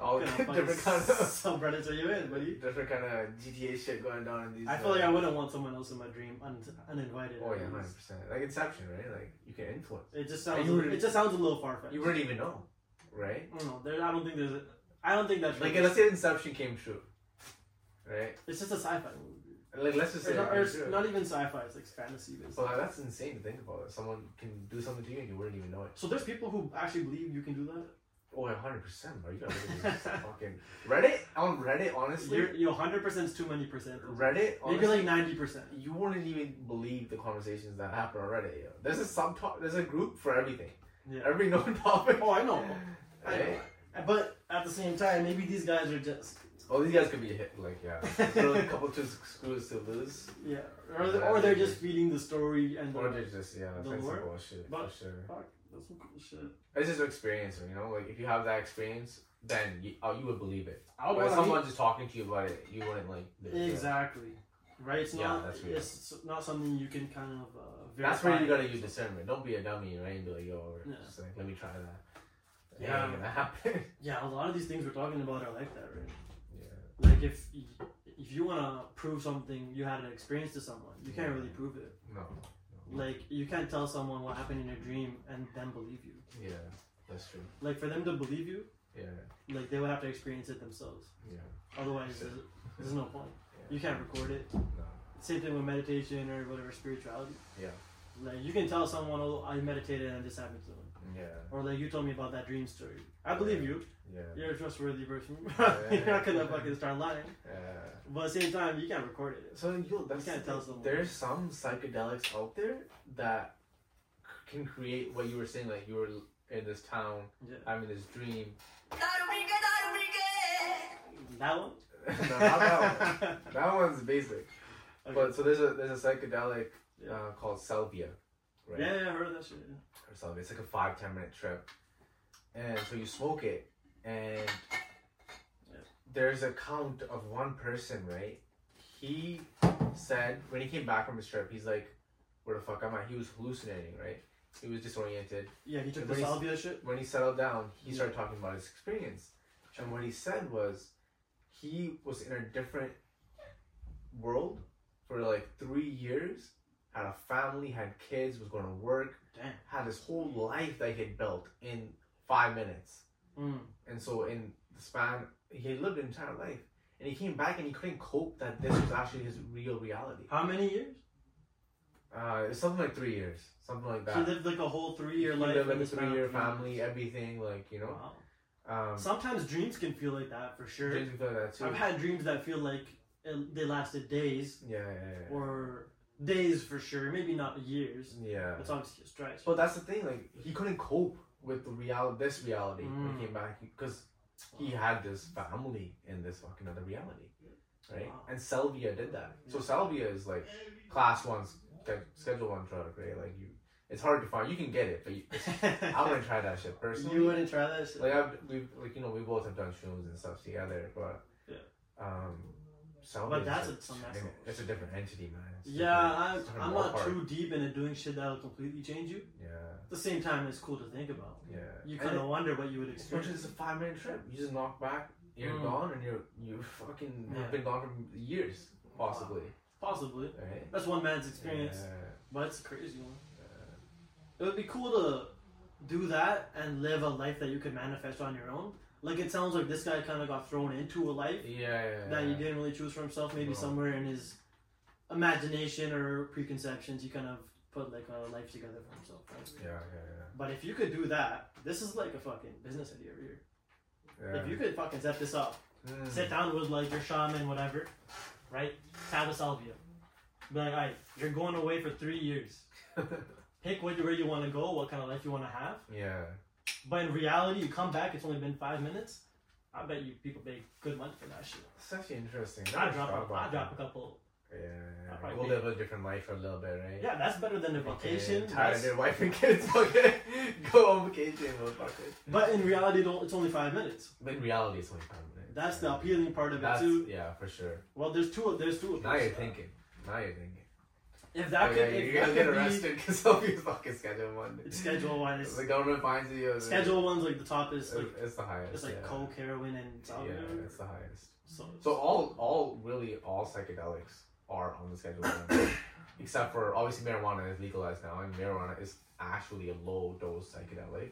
Speaker 1: All
Speaker 2: What
Speaker 1: the
Speaker 2: kind of
Speaker 1: Oh, different kind
Speaker 2: fucking
Speaker 1: of
Speaker 2: subreddits are you in, buddy?
Speaker 1: different kind of GTA shit going down in these.
Speaker 2: I feel like
Speaker 1: uh,
Speaker 2: I wouldn't want someone else in my dream un- uninvited.
Speaker 1: Oh
Speaker 2: at
Speaker 1: yeah,
Speaker 2: least.
Speaker 1: hundred percent. Like Inception, right? Like you can influence.
Speaker 2: It just
Speaker 1: And
Speaker 2: sounds.
Speaker 1: you wouldn't-
Speaker 2: it just sounds a little far fetched.
Speaker 1: You wouldn't even know, right?
Speaker 2: No, there. I don't think there's. A, I don't think that's
Speaker 1: Like let's say Inception came true, right?
Speaker 2: It's just a sci-fi movie.
Speaker 1: Like let's just
Speaker 2: Or
Speaker 1: say. it
Speaker 2: not, or
Speaker 1: came
Speaker 2: it's
Speaker 1: true.
Speaker 2: not even sci-fi. It's like fantasy. based.
Speaker 1: So like, that's insane to think about. Someone can do something to you and you wouldn't even know it.
Speaker 2: So there's people who actually believe you can do that.
Speaker 1: Oh, 100 percent, bro. You gotta look at this fucking Reddit. On Reddit, honestly,
Speaker 2: You're, yo, hundred percent is too many percent.
Speaker 1: Reddit.
Speaker 2: Maybe
Speaker 1: Honestly,
Speaker 2: like ninety percent.
Speaker 1: you wouldn't even believe the conversations that happen on Reddit. Yo. There's a sub. There's a group for everything.
Speaker 2: Yeah.
Speaker 1: Every known topic.
Speaker 2: Oh, I know. I
Speaker 1: Right?
Speaker 2: know. But at the same time, maybe these guys are just
Speaker 1: Oh, these guys could be hit. Like, yeah, throw a couple two screws to lose,
Speaker 2: yeah, or, they- or they're just feeding the story and
Speaker 1: or
Speaker 2: the,
Speaker 1: they're just yeah,
Speaker 2: The
Speaker 1: that's some
Speaker 2: lure?
Speaker 1: bullshit
Speaker 2: But-
Speaker 1: for sure.
Speaker 2: fuck. That's some cool shit.
Speaker 1: It's just experience, you know. Like, if you have that experience, then you, oh, you would believe it.
Speaker 2: I would
Speaker 1: But if
Speaker 2: wanna
Speaker 1: someone just talking to you about it, you wouldn't like.
Speaker 2: meet-
Speaker 1: the-
Speaker 2: exactly right. It's
Speaker 1: Yeah,
Speaker 2: not
Speaker 1: that's weird.
Speaker 2: it's not something you can kind of uh, verify.
Speaker 1: That's where you gotta use discernment. Don't be a dummy, right? And be like, yo, or
Speaker 2: Yeah.
Speaker 1: just like, let me try that. It ain't
Speaker 2: Yeah.
Speaker 1: gonna happen.
Speaker 2: Yeah, a lot of these things we're talking about are like that, right?
Speaker 1: yeah.
Speaker 2: Like if y- if you wanna prove something, you had an experience to someone. You can't really prove it.
Speaker 1: No.
Speaker 2: Like you can't tell someone what happened in your dream and then believe you.
Speaker 1: Yeah. That's true.
Speaker 2: Like for them to believe you,
Speaker 1: Yeah.
Speaker 2: like they would have to experience it themselves.
Speaker 1: Yeah.
Speaker 2: Otherwise, there's, there's no point. You can't record it.
Speaker 1: No.
Speaker 2: Same thing with meditation or whatever spirituality.
Speaker 1: Yeah.
Speaker 2: Like you can tell someone, "Oh, I meditated and this happened to them,"
Speaker 1: Yeah.
Speaker 2: or like you told me about that dream story. I believe you.
Speaker 1: Yeah.
Speaker 2: You're a trustworthy person.
Speaker 1: Yeah.
Speaker 2: You're not gonna fucking start lying.
Speaker 1: Yeah.
Speaker 2: But at the same time, you can't record it.
Speaker 1: So you that's
Speaker 2: can't
Speaker 1: the
Speaker 2: tell
Speaker 1: thing.
Speaker 2: someone.
Speaker 1: There's some psychedelics out there that c- can create what you were saying, like you were l- in this town
Speaker 2: Yeah.
Speaker 1: having this dream.
Speaker 2: That one.
Speaker 1: no, not that one. That one's basic.
Speaker 2: Okay.
Speaker 1: But so there's a there's a psychedelic
Speaker 2: Yeah.
Speaker 1: uh, called salvia, right?
Speaker 2: yeah, yeah, I heard that shit. yeah.
Speaker 1: Or salvia. It's like a five ten minute trip, and so you smoke it, and
Speaker 2: Yeah.
Speaker 1: there's a count of one person, right? He said when he came back from his trip, he's like, "Where the fuck am I?" He was hallucinating, right? He was disoriented.
Speaker 2: Yeah, he took the
Speaker 1: But he's-
Speaker 2: salvia shit.
Speaker 1: When he settled down, he
Speaker 2: Yeah.
Speaker 1: started talking about his experience, and what he said was, he was in a different world for like three years, had a family, had kids, was going to work,
Speaker 2: Damn.
Speaker 1: had his whole life that he had built in five minutes.
Speaker 2: Mm.
Speaker 1: And so in the span, he had lived an entire life. And he came back and he couldn't cope that this was actually his real reality.
Speaker 2: How many years?
Speaker 1: Uh, it's something like three years, something like that.
Speaker 2: He lived like a whole three-year
Speaker 1: He
Speaker 2: life.
Speaker 1: lived
Speaker 2: in
Speaker 1: like a
Speaker 2: the span of
Speaker 1: three-year
Speaker 2: three years.
Speaker 1: family, everything, like you know.
Speaker 2: Wow.
Speaker 1: Um,
Speaker 2: Sometimes dreams can feel like that for sure.
Speaker 1: dreams can feel like that too.
Speaker 2: I've had dreams that feel like it- they lasted days
Speaker 1: yeah, yeah, yeah.
Speaker 2: or days for sure, maybe not years.
Speaker 1: yeah.
Speaker 2: It's obviously a stretch.
Speaker 1: But that's the thing, like he couldn't cope with the reality, this reality when
Speaker 2: Mm.
Speaker 1: he came back, because he had this family in this fucking other reality, right?
Speaker 2: Wow.
Speaker 1: And Salvia did that. So
Speaker 2: Yeah.
Speaker 1: Salvia is like class one, sch- schedule one drug, right? Like you, it's hard to find. You can get it, but you, I wouldn't try that shit personally.
Speaker 2: you wouldn't try that shit.
Speaker 1: like I've, we've like you know we both have done shrooms and stuff together, but
Speaker 2: Yeah.
Speaker 1: um, Salvia.
Speaker 2: But that's
Speaker 1: is
Speaker 2: a- some
Speaker 1: a,
Speaker 2: next level
Speaker 1: it's a different entity, man. It's
Speaker 2: yeah, I'm,
Speaker 1: different- it's a
Speaker 2: I'm
Speaker 1: different
Speaker 2: not
Speaker 1: ballpark.
Speaker 2: too deep into doing shit that'll completely change you.
Speaker 1: Yeah,
Speaker 2: At the same time, it's cool to think about.
Speaker 1: yeah.
Speaker 2: You
Speaker 1: And
Speaker 2: kind of wonder what you would
Speaker 1: Especially
Speaker 2: experience.
Speaker 1: it's a five minute trip. You just knock back, you're
Speaker 2: Mm.
Speaker 1: gone, and you're you fucking
Speaker 2: Yeah.
Speaker 1: have been gone for years, possibly.
Speaker 2: Possibly.
Speaker 1: Right?
Speaker 2: That's one man's experience,
Speaker 1: Yeah.
Speaker 2: but it's a crazy one. It would be cool to do that and live a life that you could manifest on your own. Like it sounds like this guy kind of got thrown into a life
Speaker 1: Yeah, yeah,
Speaker 2: that he
Speaker 1: yeah.
Speaker 2: didn't really choose for himself. Maybe
Speaker 1: No.
Speaker 2: somewhere in his imagination or preconceptions, he kind of put like a life together for himself. Right?
Speaker 1: Yeah, yeah,
Speaker 2: But if you could do that, this is like a fucking business idea right here.
Speaker 1: yeah. yeah.
Speaker 2: If you could fucking set this up,
Speaker 1: Mm.
Speaker 2: sit down with like your shaman, whatever, right? Have a salvia. Be like, alright, you're going away for three years.
Speaker 1: Hmm.
Speaker 2: Pick what, where you want to go, what kind of life you want to have.
Speaker 1: yeah.
Speaker 2: But in reality, you come back, it's only been five minutes. I bet you people make good money for that shit.
Speaker 1: It's actually interesting.
Speaker 2: I
Speaker 1: Never thought
Speaker 2: drop, a,
Speaker 1: about
Speaker 2: I drop a couple.
Speaker 1: that. Yeah,
Speaker 2: I'd
Speaker 1: yeah, yeah.
Speaker 2: probably
Speaker 1: We'll
Speaker 2: be-
Speaker 1: live a different life for a little bit, right?
Speaker 2: Yeah, that's better than a vacation.
Speaker 1: Fucking Tired of
Speaker 2: that's-
Speaker 1: their wife and kids. Okay, go on vacation, motherfucker.
Speaker 2: but in reality, though, it's only five minutes.
Speaker 1: But in reality, it's only five minutes.
Speaker 2: That's the
Speaker 1: Yeah.
Speaker 2: appealing part of
Speaker 1: That's,
Speaker 2: it too.
Speaker 1: Yeah, for sure.
Speaker 2: Well, there's two. There's two. of
Speaker 1: Now you're
Speaker 2: those.
Speaker 1: thinking. Now you're thinking.
Speaker 2: If that
Speaker 1: yeah,
Speaker 2: could,
Speaker 1: yeah, you're
Speaker 2: if that
Speaker 1: gonna get
Speaker 2: could be-
Speaker 1: arrested because of your fucking schedule one.
Speaker 2: it's schedule
Speaker 1: If
Speaker 2: wise.
Speaker 1: the government finds you. It's,
Speaker 2: schedule one's like the top
Speaker 1: It's,
Speaker 2: is like
Speaker 1: it's the highest.
Speaker 2: it's like
Speaker 1: yeah.
Speaker 2: coke, heroin, and salvia.
Speaker 1: Yeah, it's the highest.
Speaker 2: So,
Speaker 1: So all, all really all psychedelics are on the schedule one, except for obviously marijuana is legalized now, and marijuana is actually a low dose psychedelic.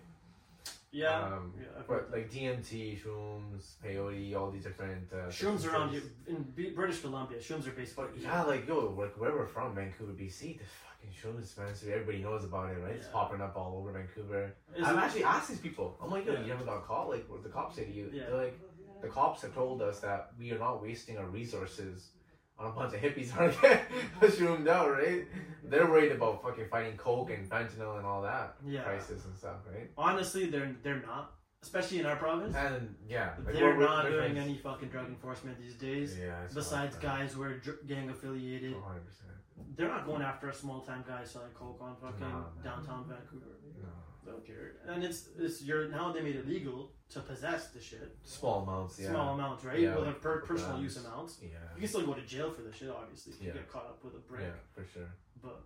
Speaker 2: Yeah.
Speaker 1: Um,
Speaker 2: yeah I've heard
Speaker 1: but like DMT, shrooms, peyote, all these different uh,
Speaker 2: that. shrooms around here
Speaker 1: substances.
Speaker 2: in B- British Columbia. Shrooms are basically
Speaker 1: But yeah, like yo, like where we're from, Vancouver, BC, the fucking shroom dispensary, everybody knows about it, right? It's
Speaker 2: Yeah.
Speaker 1: popping up all over Vancouver.
Speaker 2: Is
Speaker 1: I've
Speaker 2: it-
Speaker 1: actually asked these people. I'm like, yo,
Speaker 2: Yeah.
Speaker 1: you never got caught? Like, what the cops say to you?
Speaker 2: Yeah.
Speaker 1: They're like, the cops have told us that we are not wasting our resources on a bunch of hippies who are getting shroomed out, right? They're worried about fucking fighting coke and fentanyl and all that
Speaker 2: yeah.
Speaker 1: crisis and stuff, right?
Speaker 2: Honestly, they're they're not, especially in our province.
Speaker 1: And yeah, like,
Speaker 2: they're
Speaker 1: we're- we're-
Speaker 2: not
Speaker 1: we're
Speaker 2: doing
Speaker 1: friends.
Speaker 2: any fucking drug enforcement these days.
Speaker 1: Yeah. it's Oh,
Speaker 2: Besides
Speaker 1: wild, man.
Speaker 2: guys who are dr- gang affiliated,
Speaker 1: 100%.
Speaker 2: they're not going after a small time guy selling coke on fucking
Speaker 1: No, man.
Speaker 2: downtown Vancouver.
Speaker 1: No.
Speaker 2: They don't care. And it's it's your now they made it legal to possess the shit,
Speaker 1: Small amounts, yeah.
Speaker 2: small amounts, right?
Speaker 1: Yeah,
Speaker 2: With a
Speaker 1: like
Speaker 2: per-
Speaker 1: couple
Speaker 2: personal
Speaker 1: grams.
Speaker 2: use amounts.
Speaker 1: Yeah.
Speaker 2: You can still go to jail for this shit, obviously, if you
Speaker 1: Yeah.
Speaker 2: get caught up with a brick.
Speaker 1: Yeah, for sure.
Speaker 2: But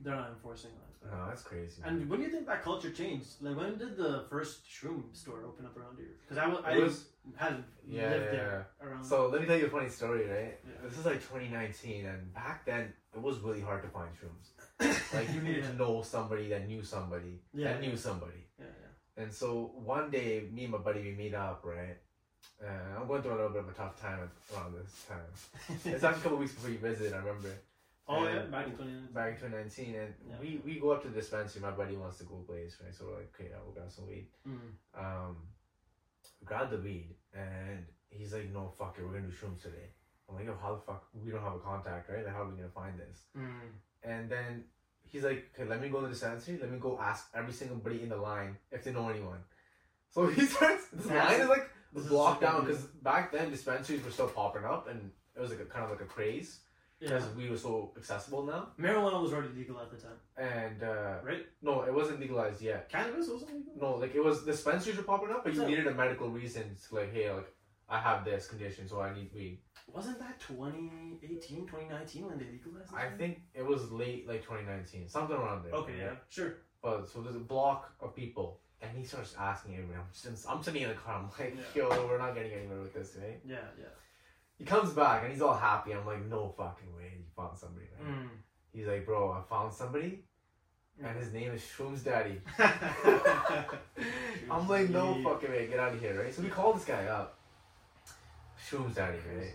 Speaker 2: they're not enforcing that.
Speaker 1: No, that's crazy. man.
Speaker 2: And when do you think that culture changed? Like, when did the first shroom store open up around here? Because I, wa- I
Speaker 1: It was-
Speaker 2: had
Speaker 1: Yeah,
Speaker 2: lived
Speaker 1: yeah,
Speaker 2: there around.
Speaker 1: So let me tell you a funny story, right?
Speaker 2: Yeah.
Speaker 1: This is like 2019, and back then it was really hard to find shrooms. Like you needed
Speaker 2: Yeah.
Speaker 1: to know somebody that knew somebody
Speaker 2: Yeah.
Speaker 1: that knew somebody.
Speaker 2: yeah,
Speaker 1: And so one day, me and my buddy we meet up, right? And I'm going through a little bit of a tough time around this time.
Speaker 2: yeah.
Speaker 1: It's actually a couple weeks before you visited. I remember
Speaker 2: oh,
Speaker 1: uh,
Speaker 2: yeah, back in 2019.
Speaker 1: back in 2019, and
Speaker 2: Yeah.
Speaker 1: we we go up to the dispensary. My buddy wants to go blaze, right? So we're like, okay, yeah, we'll grab some weed
Speaker 2: Mm.
Speaker 1: um, grabbed the weed and he's like, no, fuck it, we're gonna do shrooms today. I'm like, yo, how the fuck? We don't have a contact, right? Like, how are we gonna find this?
Speaker 2: Mm.
Speaker 1: And then he's like, okay, let me go to the dispensary. Let me go ask every single buddy in the line if they know anyone. So he starts, this
Speaker 2: That's-
Speaker 1: line is like
Speaker 2: this is
Speaker 1: blocked
Speaker 2: so
Speaker 1: down
Speaker 2: weird.
Speaker 1: because back then dispensaries were still popping up and it was like a kind of like a craze
Speaker 2: Yeah.
Speaker 1: because weed was so accessible now.
Speaker 2: Marijuana was already legal at the time,
Speaker 1: And uh,
Speaker 2: right?
Speaker 1: no, it wasn't legalized yet.
Speaker 2: Cannabis wasn't legal?
Speaker 1: No, like it was dispensaries were popping up, but you
Speaker 2: Yeah.
Speaker 1: needed a medical reason. It's like, hey, like I have this condition, so I need weed.
Speaker 2: Wasn't that 2018, 2019 when they legalized it?
Speaker 1: I think it was late, like 2019, something around there.
Speaker 2: Okay, yeah, sure.
Speaker 1: But so there's a block of people, and he starts asking everyone. I'm, just, I'm sitting in the car. I'm like,
Speaker 2: Yeah.
Speaker 1: yo, we're not getting anywhere with this, right?
Speaker 2: Yeah, yeah.
Speaker 1: He comes back and he's all happy. I'm like, no fucking way, you found somebody. Right?
Speaker 2: Mm.
Speaker 1: He's like, bro, I found somebody, and his name is Shrooms Daddy. I'm like, no
Speaker 2: Jeez.
Speaker 1: fucking way, get out of here, right? So we call this guy up. Shroom's out of here, right?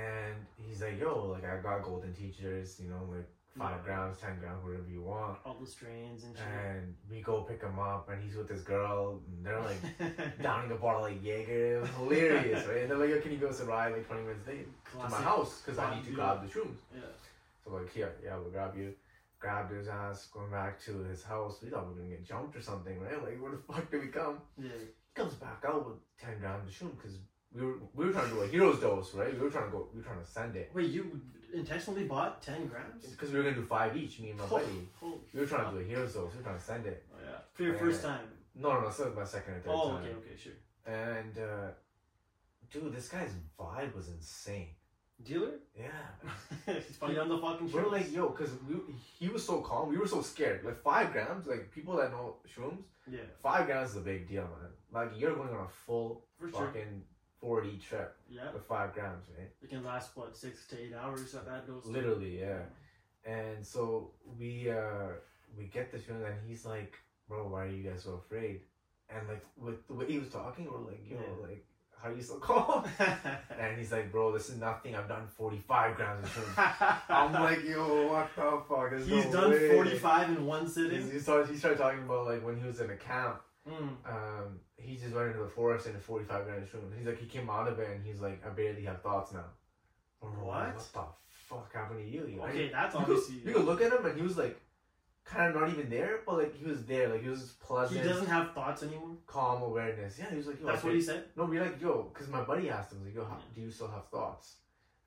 Speaker 1: And he's like, yo, like I got golden teachers, you know, like five
Speaker 2: Yeah.
Speaker 1: grams, ten grams, whatever you want.
Speaker 2: All the strains and shit.
Speaker 1: And we go pick him up, and he's with this girl, and they're like downing a bottle of Jaeger. It was hilarious, right? And they're like, yo, can you go us a ride like 20 minutes late to my
Speaker 2: Classic.
Speaker 1: house? Because I need to
Speaker 2: Classic.
Speaker 1: grab the shrooms.
Speaker 2: Yeah.
Speaker 1: So like, here, yeah, we'll grab you. Grabbed his ass, going back to his house. We thought we were gonna get jumped or something, right? Like, where the fuck did we come?
Speaker 2: Yeah.
Speaker 1: He comes back out with ten grams of shroom because we were we were trying to do a hero's dose, right? We were trying to go, we were trying to send it
Speaker 2: Wait, you intentionally bought 10 grams?
Speaker 1: because we were gonna do five each, me and my buddy.
Speaker 2: Holy
Speaker 1: We were trying to do a hero's dose. We were trying to send it.
Speaker 2: Oh, yeah. For your
Speaker 1: Yeah.
Speaker 2: first time.
Speaker 1: No, no, no. So it was my second or third
Speaker 2: Oh,
Speaker 1: time.
Speaker 2: okay, okay, sure.
Speaker 1: And uh, dude, this guy's vibe was insane.
Speaker 2: Dealer?
Speaker 1: Yeah,
Speaker 2: He's probably on the fucking
Speaker 1: we're
Speaker 2: show.
Speaker 1: like yo, cause we, he was so calm. We were so scared. Like five grams, like people that know shrooms,
Speaker 2: yeah,
Speaker 1: five grams is a big deal, man. Like you're going on a full
Speaker 2: for sure.
Speaker 1: fucking forty trip
Speaker 2: Yeah,
Speaker 1: with five grams, right?
Speaker 2: it can last, what, six to eight hours at that dose?
Speaker 1: Literally, yeah. And so we uh we get the feeling and he's like, Bro, why are you guys so afraid? And like with the way he was talking, we're like, yo,
Speaker 2: Yeah.
Speaker 1: like, how are you so calm?
Speaker 2: I'm
Speaker 1: and he's like, Bro, this is nothing, I've done forty five grams of shrimp. I'm like, yo, what the fuck? There's
Speaker 2: He's
Speaker 1: no
Speaker 2: done
Speaker 1: way."
Speaker 2: 45 in one
Speaker 1: He's-
Speaker 2: sitting.
Speaker 1: He started, he started talking about like when he was in a camp,
Speaker 2: Mm.
Speaker 1: um, he just went into the forest and a 45 grand shroom. He's like, he came out of it and he's like, I barely have thoughts now. I'm like,
Speaker 2: What?
Speaker 1: What the fuck happened to you? you know?
Speaker 2: Okay, that's
Speaker 1: you could,
Speaker 2: obviously.
Speaker 1: you could look at him and he was like kind of not even there, but like he was there, like he was
Speaker 2: He
Speaker 1: pleasant,
Speaker 2: doesn't have thoughts anymore.
Speaker 1: calm awareness. Yeah, he was like, yo,
Speaker 2: That's
Speaker 1: I
Speaker 2: what he
Speaker 1: barely-
Speaker 2: said.
Speaker 1: No, we're like, yo, because my buddy asked him, he's like, yo, how, do you still have thoughts?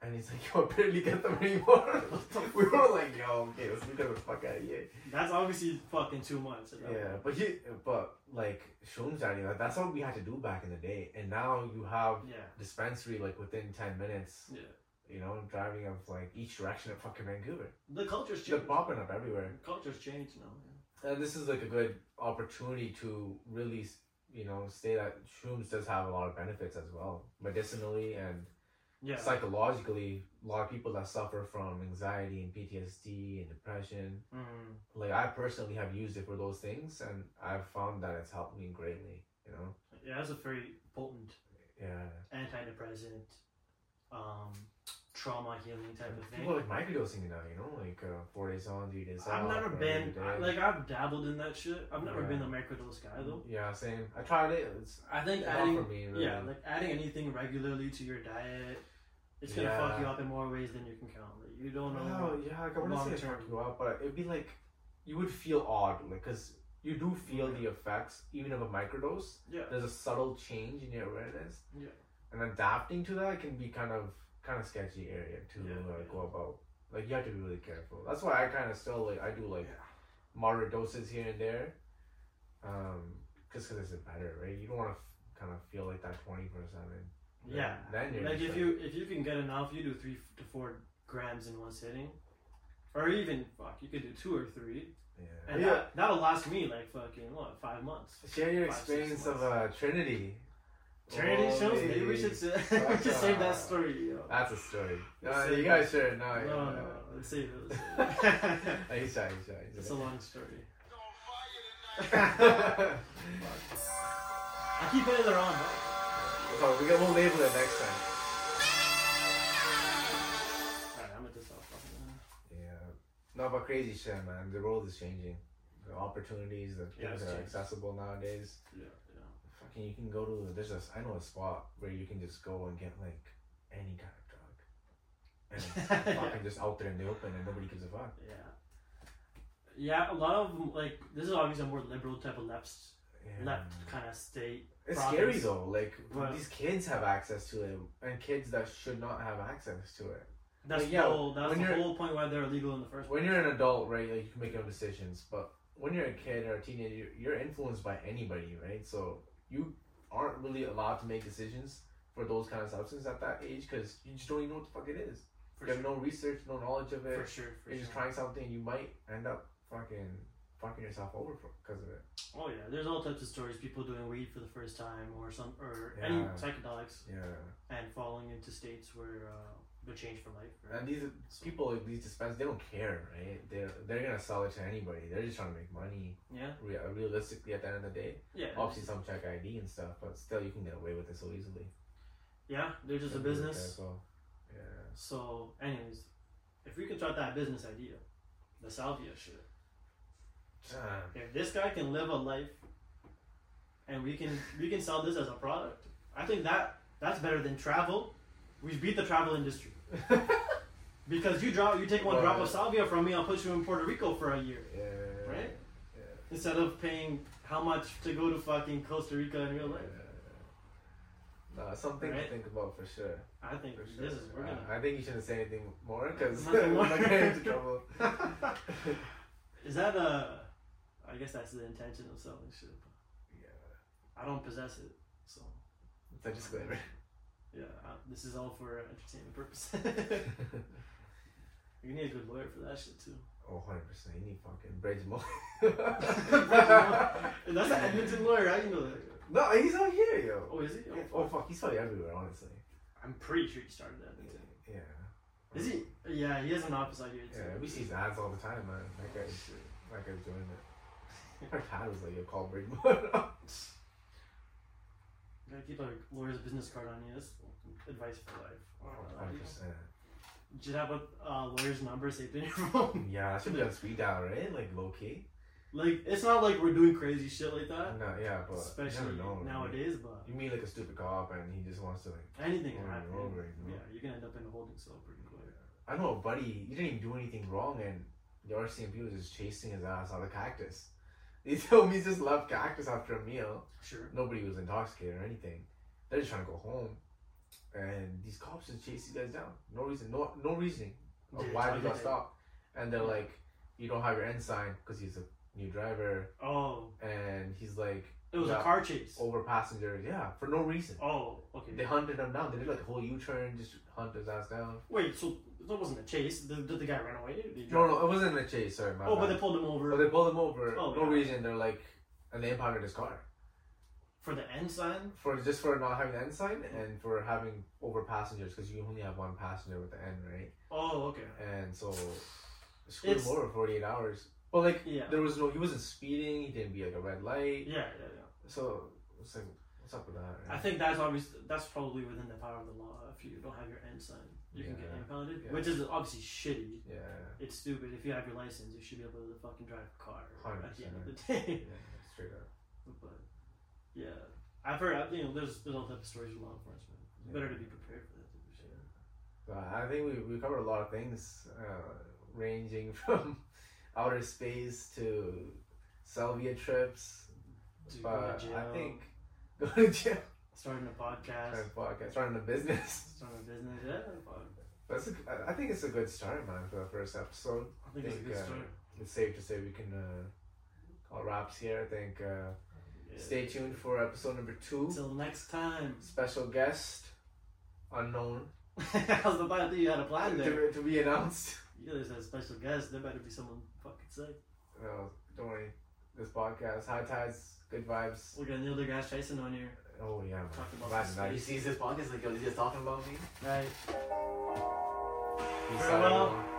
Speaker 1: And he's like, yo, I barely get them anymore. we were like, yo, okay, let's get the fuck out of here.
Speaker 2: That's obviously fucking too much. at that
Speaker 1: Yeah, but he, but like Shum's daddy, like, that's all we had to do back in the day, and now you have
Speaker 2: point. Yeah.
Speaker 1: dispensary like within ten minutes.
Speaker 2: Yeah.
Speaker 1: You know, driving of like each direction of fucking Vancouver.
Speaker 2: The culture's
Speaker 1: They're
Speaker 2: changed.
Speaker 1: popping up everywhere.
Speaker 2: The culture's changed now.
Speaker 1: and this is like a good opportunity to really you know say that shrooms does have a lot of benefits as well medicinally and
Speaker 2: Yeah.
Speaker 1: psychologically, a lot of people that suffer from anxiety and PTSD and depression,
Speaker 2: Mm.
Speaker 1: like I personally have used it for those things, and I've found that it's helped me greatly. You know,
Speaker 2: Yeah, that's a very potent
Speaker 1: yeah.
Speaker 2: antidepressant, um, trauma healing type of
Speaker 1: People
Speaker 2: thing.
Speaker 1: are like microdosing it now. You know, like uh, four days on, three days
Speaker 2: I've
Speaker 1: off,
Speaker 2: never
Speaker 1: or
Speaker 2: been
Speaker 1: every
Speaker 2: I-
Speaker 1: day.
Speaker 2: like I've dabbled in that shit. I've never
Speaker 1: Yeah.
Speaker 2: been a microdose guy though.
Speaker 1: Yeah, same. I tried it. It's
Speaker 2: I think
Speaker 1: not
Speaker 2: adding
Speaker 1: for me. Really.
Speaker 2: yeah, like adding anything regularly to your diet, it's gonna fuck
Speaker 1: Yeah.
Speaker 2: you up in more ways than you can count. Like, you don't know.
Speaker 1: Wow, yeah, like I wouldn't
Speaker 2: long
Speaker 1: say it
Speaker 2: term.
Speaker 1: fucked you up, but it'd be like you would feel odd, like because you do feel
Speaker 2: Yeah.
Speaker 1: the effects even of a microdose.
Speaker 2: Yeah.
Speaker 1: There's a subtle change in your awareness.
Speaker 2: Yeah.
Speaker 1: And adapting to that can be kind of kind of sketchy area to
Speaker 2: Yeah,
Speaker 1: uh,
Speaker 2: yeah.
Speaker 1: go about. Like you have to be really careful. That's why I kind of still like I do like
Speaker 2: Yeah.
Speaker 1: moderate doses here and there, um, just because it's better, right? You don't want to f- kind of feel like that twenty for seven.
Speaker 2: Yeah.
Speaker 1: Then you're
Speaker 2: Like
Speaker 1: just
Speaker 2: if you if you can get enough, you do three to four grams in one sitting, or even fuck, you could do two or three,
Speaker 1: yeah.
Speaker 2: and that, that'll last me like fucking what five months.
Speaker 1: Share your
Speaker 2: Five, six
Speaker 1: experience of uh,
Speaker 2: months.
Speaker 1: Trinity.
Speaker 2: Trinity
Speaker 1: Oh,
Speaker 2: shows. Maybe
Speaker 1: baby.
Speaker 2: we should s- we
Speaker 1: Fuck
Speaker 2: should save
Speaker 1: yeah.
Speaker 2: that story. Yo.
Speaker 1: That's a story. No,
Speaker 2: Let's
Speaker 1: you
Speaker 2: see.
Speaker 1: guys share it now.
Speaker 2: No,
Speaker 1: yeah.
Speaker 2: no, no, let's save it. Let's save it.
Speaker 1: No, Oh, he's shy, he's shy, he's
Speaker 2: it's a
Speaker 1: shy.
Speaker 2: long story.
Speaker 3: It's on fire tonight.
Speaker 2: I keep getting it wrong.
Speaker 1: so we will label it next time.
Speaker 2: Alright, I'm at this off.
Speaker 1: Yeah. No, but crazy shit, man. The world is changing. The opportunities, the
Speaker 2: Yeah,
Speaker 1: things
Speaker 2: it's
Speaker 1: that are
Speaker 2: changed.
Speaker 1: accessible nowadays.
Speaker 2: Yeah,
Speaker 1: Fucking, you can go to there's a I know a spot where you can just go and get like any kind of drug, and it's
Speaker 2: yeah.
Speaker 1: fucking just out there in the open and nobody gives a fuck.
Speaker 2: yeah. Yeah, a lot of like this is obviously a more liberal type of left,
Speaker 1: Yeah.
Speaker 2: left kind of state.
Speaker 1: It's
Speaker 2: province.
Speaker 1: scary though. Like
Speaker 2: Well-
Speaker 1: these kids have access to it, and kids that should not have access to it.
Speaker 2: That's
Speaker 1: Like,
Speaker 2: the
Speaker 1: yeah,
Speaker 2: whole. That's
Speaker 1: when
Speaker 2: the
Speaker 1: you're-
Speaker 2: whole point why they're illegal in the first place.
Speaker 1: When you're an adult, right, like you can make your own decisions, but when you're a kid or a teenager, you're influenced by anybody, right? So you aren't really allowed to make decisions for those kind of substances at that age because you just don't even know what the fuck it is.
Speaker 2: For
Speaker 1: you
Speaker 2: sure.
Speaker 1: have no research, no knowledge of it.
Speaker 2: For sure. For
Speaker 1: you're
Speaker 2: sure.
Speaker 1: just trying something, you might end up fucking fucking yourself over because of it.
Speaker 2: Oh yeah, there's all types of stories. People doing weed for the first time, or some, or
Speaker 1: Yeah.
Speaker 2: any psychedelics,
Speaker 1: Yeah,
Speaker 2: and falling into states where uh, they're changed for life. right?
Speaker 1: and these people, like, these dispensers, they don't care, right? They're they're gonna sell it to anybody. They're just trying to make money.
Speaker 2: yeah,
Speaker 1: Re- realistically at the end of the day
Speaker 2: yeah,
Speaker 1: obviously some check id and stuff but still you can get away with it so easily
Speaker 2: yeah. They're just a
Speaker 1: That'd be okay
Speaker 2: business.
Speaker 1: as well. yeah
Speaker 2: So, anyways, if we could start that business idea, the salvia shit.
Speaker 1: Damn.
Speaker 2: If this guy can live a life, and we can we can sell this as a product, I think that that's better than travel. We beat the travel industry because you drop you take one drop of
Speaker 1: Right.
Speaker 2: salvia from me, I'll put you in Puerto Rico for a year
Speaker 1: yeah
Speaker 2: Right?
Speaker 1: yeah.
Speaker 2: instead of paying how much to go to fucking Costa Rica in real life.
Speaker 1: Yeah. no, something
Speaker 2: Right?
Speaker 1: to think about for sure.
Speaker 2: I think
Speaker 1: For sure.
Speaker 2: this is we're gonna.
Speaker 1: I, I think you shouldn't say anything more because
Speaker 2: Nothing
Speaker 1: we're
Speaker 2: more.
Speaker 1: not getting into trouble.
Speaker 2: Is that a? I guess that's the intention of selling shit.
Speaker 1: yeah,
Speaker 2: I don't possess it, so
Speaker 1: it's a disclaimer.
Speaker 2: yeah, I, this is all for entertainment purposes. you need a good lawyer for that shit too.
Speaker 1: Oh, 100%. You need fucking Brady
Speaker 2: And that's an Edmonton lawyer. How you know that?
Speaker 1: no, he's out here, yo.
Speaker 2: Oh, is he? Oh,
Speaker 1: Oh, fuck. He's probably everywhere, honestly.
Speaker 2: I'm pretty sure he started at Edmonton.
Speaker 1: Yeah.
Speaker 2: Is he? Yeah, he has an office out here too.
Speaker 1: Yeah, we see his ads all the time, man. That guy's, that guy's doing it. Our dad was like, yo, call Brady
Speaker 2: Gotta keep a lawyer's business card on you. That's advice for life. Uh,
Speaker 1: 100%.
Speaker 2: you should have a uh, lawyer's number saved in your phone.
Speaker 1: Yeah, that should be on speed dial, right? Like, low key.
Speaker 2: like, it's not like we're doing crazy shit like that,
Speaker 1: No, yeah, but. you never
Speaker 2: especially
Speaker 1: know, right?
Speaker 2: nowadays. But
Speaker 1: You mean like a stupid cop and he just wants to, like.
Speaker 2: anything can
Speaker 1: Over
Speaker 2: happen.
Speaker 1: and over again, no?
Speaker 2: Yeah, you can end up in a holding cell pretty quick.
Speaker 1: I know a buddy, he didn't even do anything wrong and the RCMP was just chasing his ass out of cactus. He told me he just left cactus after a meal.
Speaker 2: Sure.
Speaker 1: nobody was intoxicated or anything. They're just trying to go home, and these cops just chase these guys down. No reason, no no reasoning of
Speaker 2: Yeah,
Speaker 1: why
Speaker 2: it's
Speaker 1: they
Speaker 2: like
Speaker 1: got
Speaker 2: they-
Speaker 1: stopped. And they're like, "You don't have your end sign because he's a new driver,"
Speaker 2: Oh,
Speaker 1: and he's like
Speaker 2: it was
Speaker 1: Yeah.
Speaker 2: a car chase.
Speaker 1: over passenger. Yeah, for no reason.
Speaker 2: Oh, okay.
Speaker 1: They hunted him down. They did like a whole U turn, just hunted his ass down.
Speaker 2: Wait, so that wasn't a chase? Did, did the guy run away? Did he-
Speaker 1: No, no, it wasn't a chase. Sorry, my
Speaker 2: Oh, but
Speaker 1: bad.
Speaker 2: they pulled him over.
Speaker 1: But they pulled him over.
Speaker 2: Oh,
Speaker 1: no
Speaker 2: yeah.
Speaker 1: reason. They're like, and they impounded his car.
Speaker 2: for the end sign.
Speaker 1: for just for not having the end sign and for having over passengers because you only have one passenger with the N, right?
Speaker 2: Oh, okay.
Speaker 1: And so screwed
Speaker 2: It's-
Speaker 1: him over forty eight hours. Well, like
Speaker 2: Yeah.
Speaker 1: there was no, he wasn't speeding. He didn't be like a red light.
Speaker 2: Yeah, yeah, yeah.
Speaker 1: So it's like, what's up with that?
Speaker 2: I think that's obviously that's probably within the power of the law. If you don't have your end sign, you can get
Speaker 1: Yeah.
Speaker 2: impounded,
Speaker 1: Yeah.
Speaker 2: which is obviously shitty.
Speaker 1: Yeah.
Speaker 2: It's stupid. If you have your license, you should be able to fucking drive a car at the end of the
Speaker 1: yeah,
Speaker 2: day.
Speaker 1: straight up.
Speaker 2: But yeah, I've heard. I- You know, there's there's all type of stories of law enforcement. It's
Speaker 1: Yeah.
Speaker 2: Better to be prepared for that type of shit.
Speaker 1: So Uh, I think we we covered a lot of things, uh, ranging from outer space to Selvia trips.
Speaker 2: Dude, going to
Speaker 1: But I
Speaker 2: jail,
Speaker 1: think going to jail,
Speaker 2: starting a
Speaker 1: starting
Speaker 2: podcast,
Speaker 1: a podcast, starting a business.
Speaker 2: starting a business. Yeah, fuck.
Speaker 1: That's a, I- I think it's a good start, man, for the first episode.
Speaker 2: I think it's a
Speaker 1: Think,
Speaker 2: good
Speaker 1: uh,
Speaker 2: start.
Speaker 1: It's safe to say we can uh, call wraps here. I think uh,
Speaker 2: Yeah.
Speaker 1: stay tuned for episode number two.
Speaker 2: Till next time.
Speaker 1: Special guest, unknown,
Speaker 2: I was about to think you had a plan there.
Speaker 1: to, to be announced.
Speaker 2: Yeah, there's a special guest. There better be someone fucking sick.
Speaker 1: No, Oh, don't worry. This podcast, high tides, good vibes.
Speaker 2: We got Neil deGrasse Tyson on here.
Speaker 1: Oh yeah, man.
Speaker 2: Talking about
Speaker 1: Imagine
Speaker 2: some
Speaker 1: that. He
Speaker 2: space.
Speaker 1: sees this podcast like, yo, he's just talking about me.
Speaker 2: Right.
Speaker 1: Peace out,
Speaker 2: Farewell.
Speaker 1: everyone.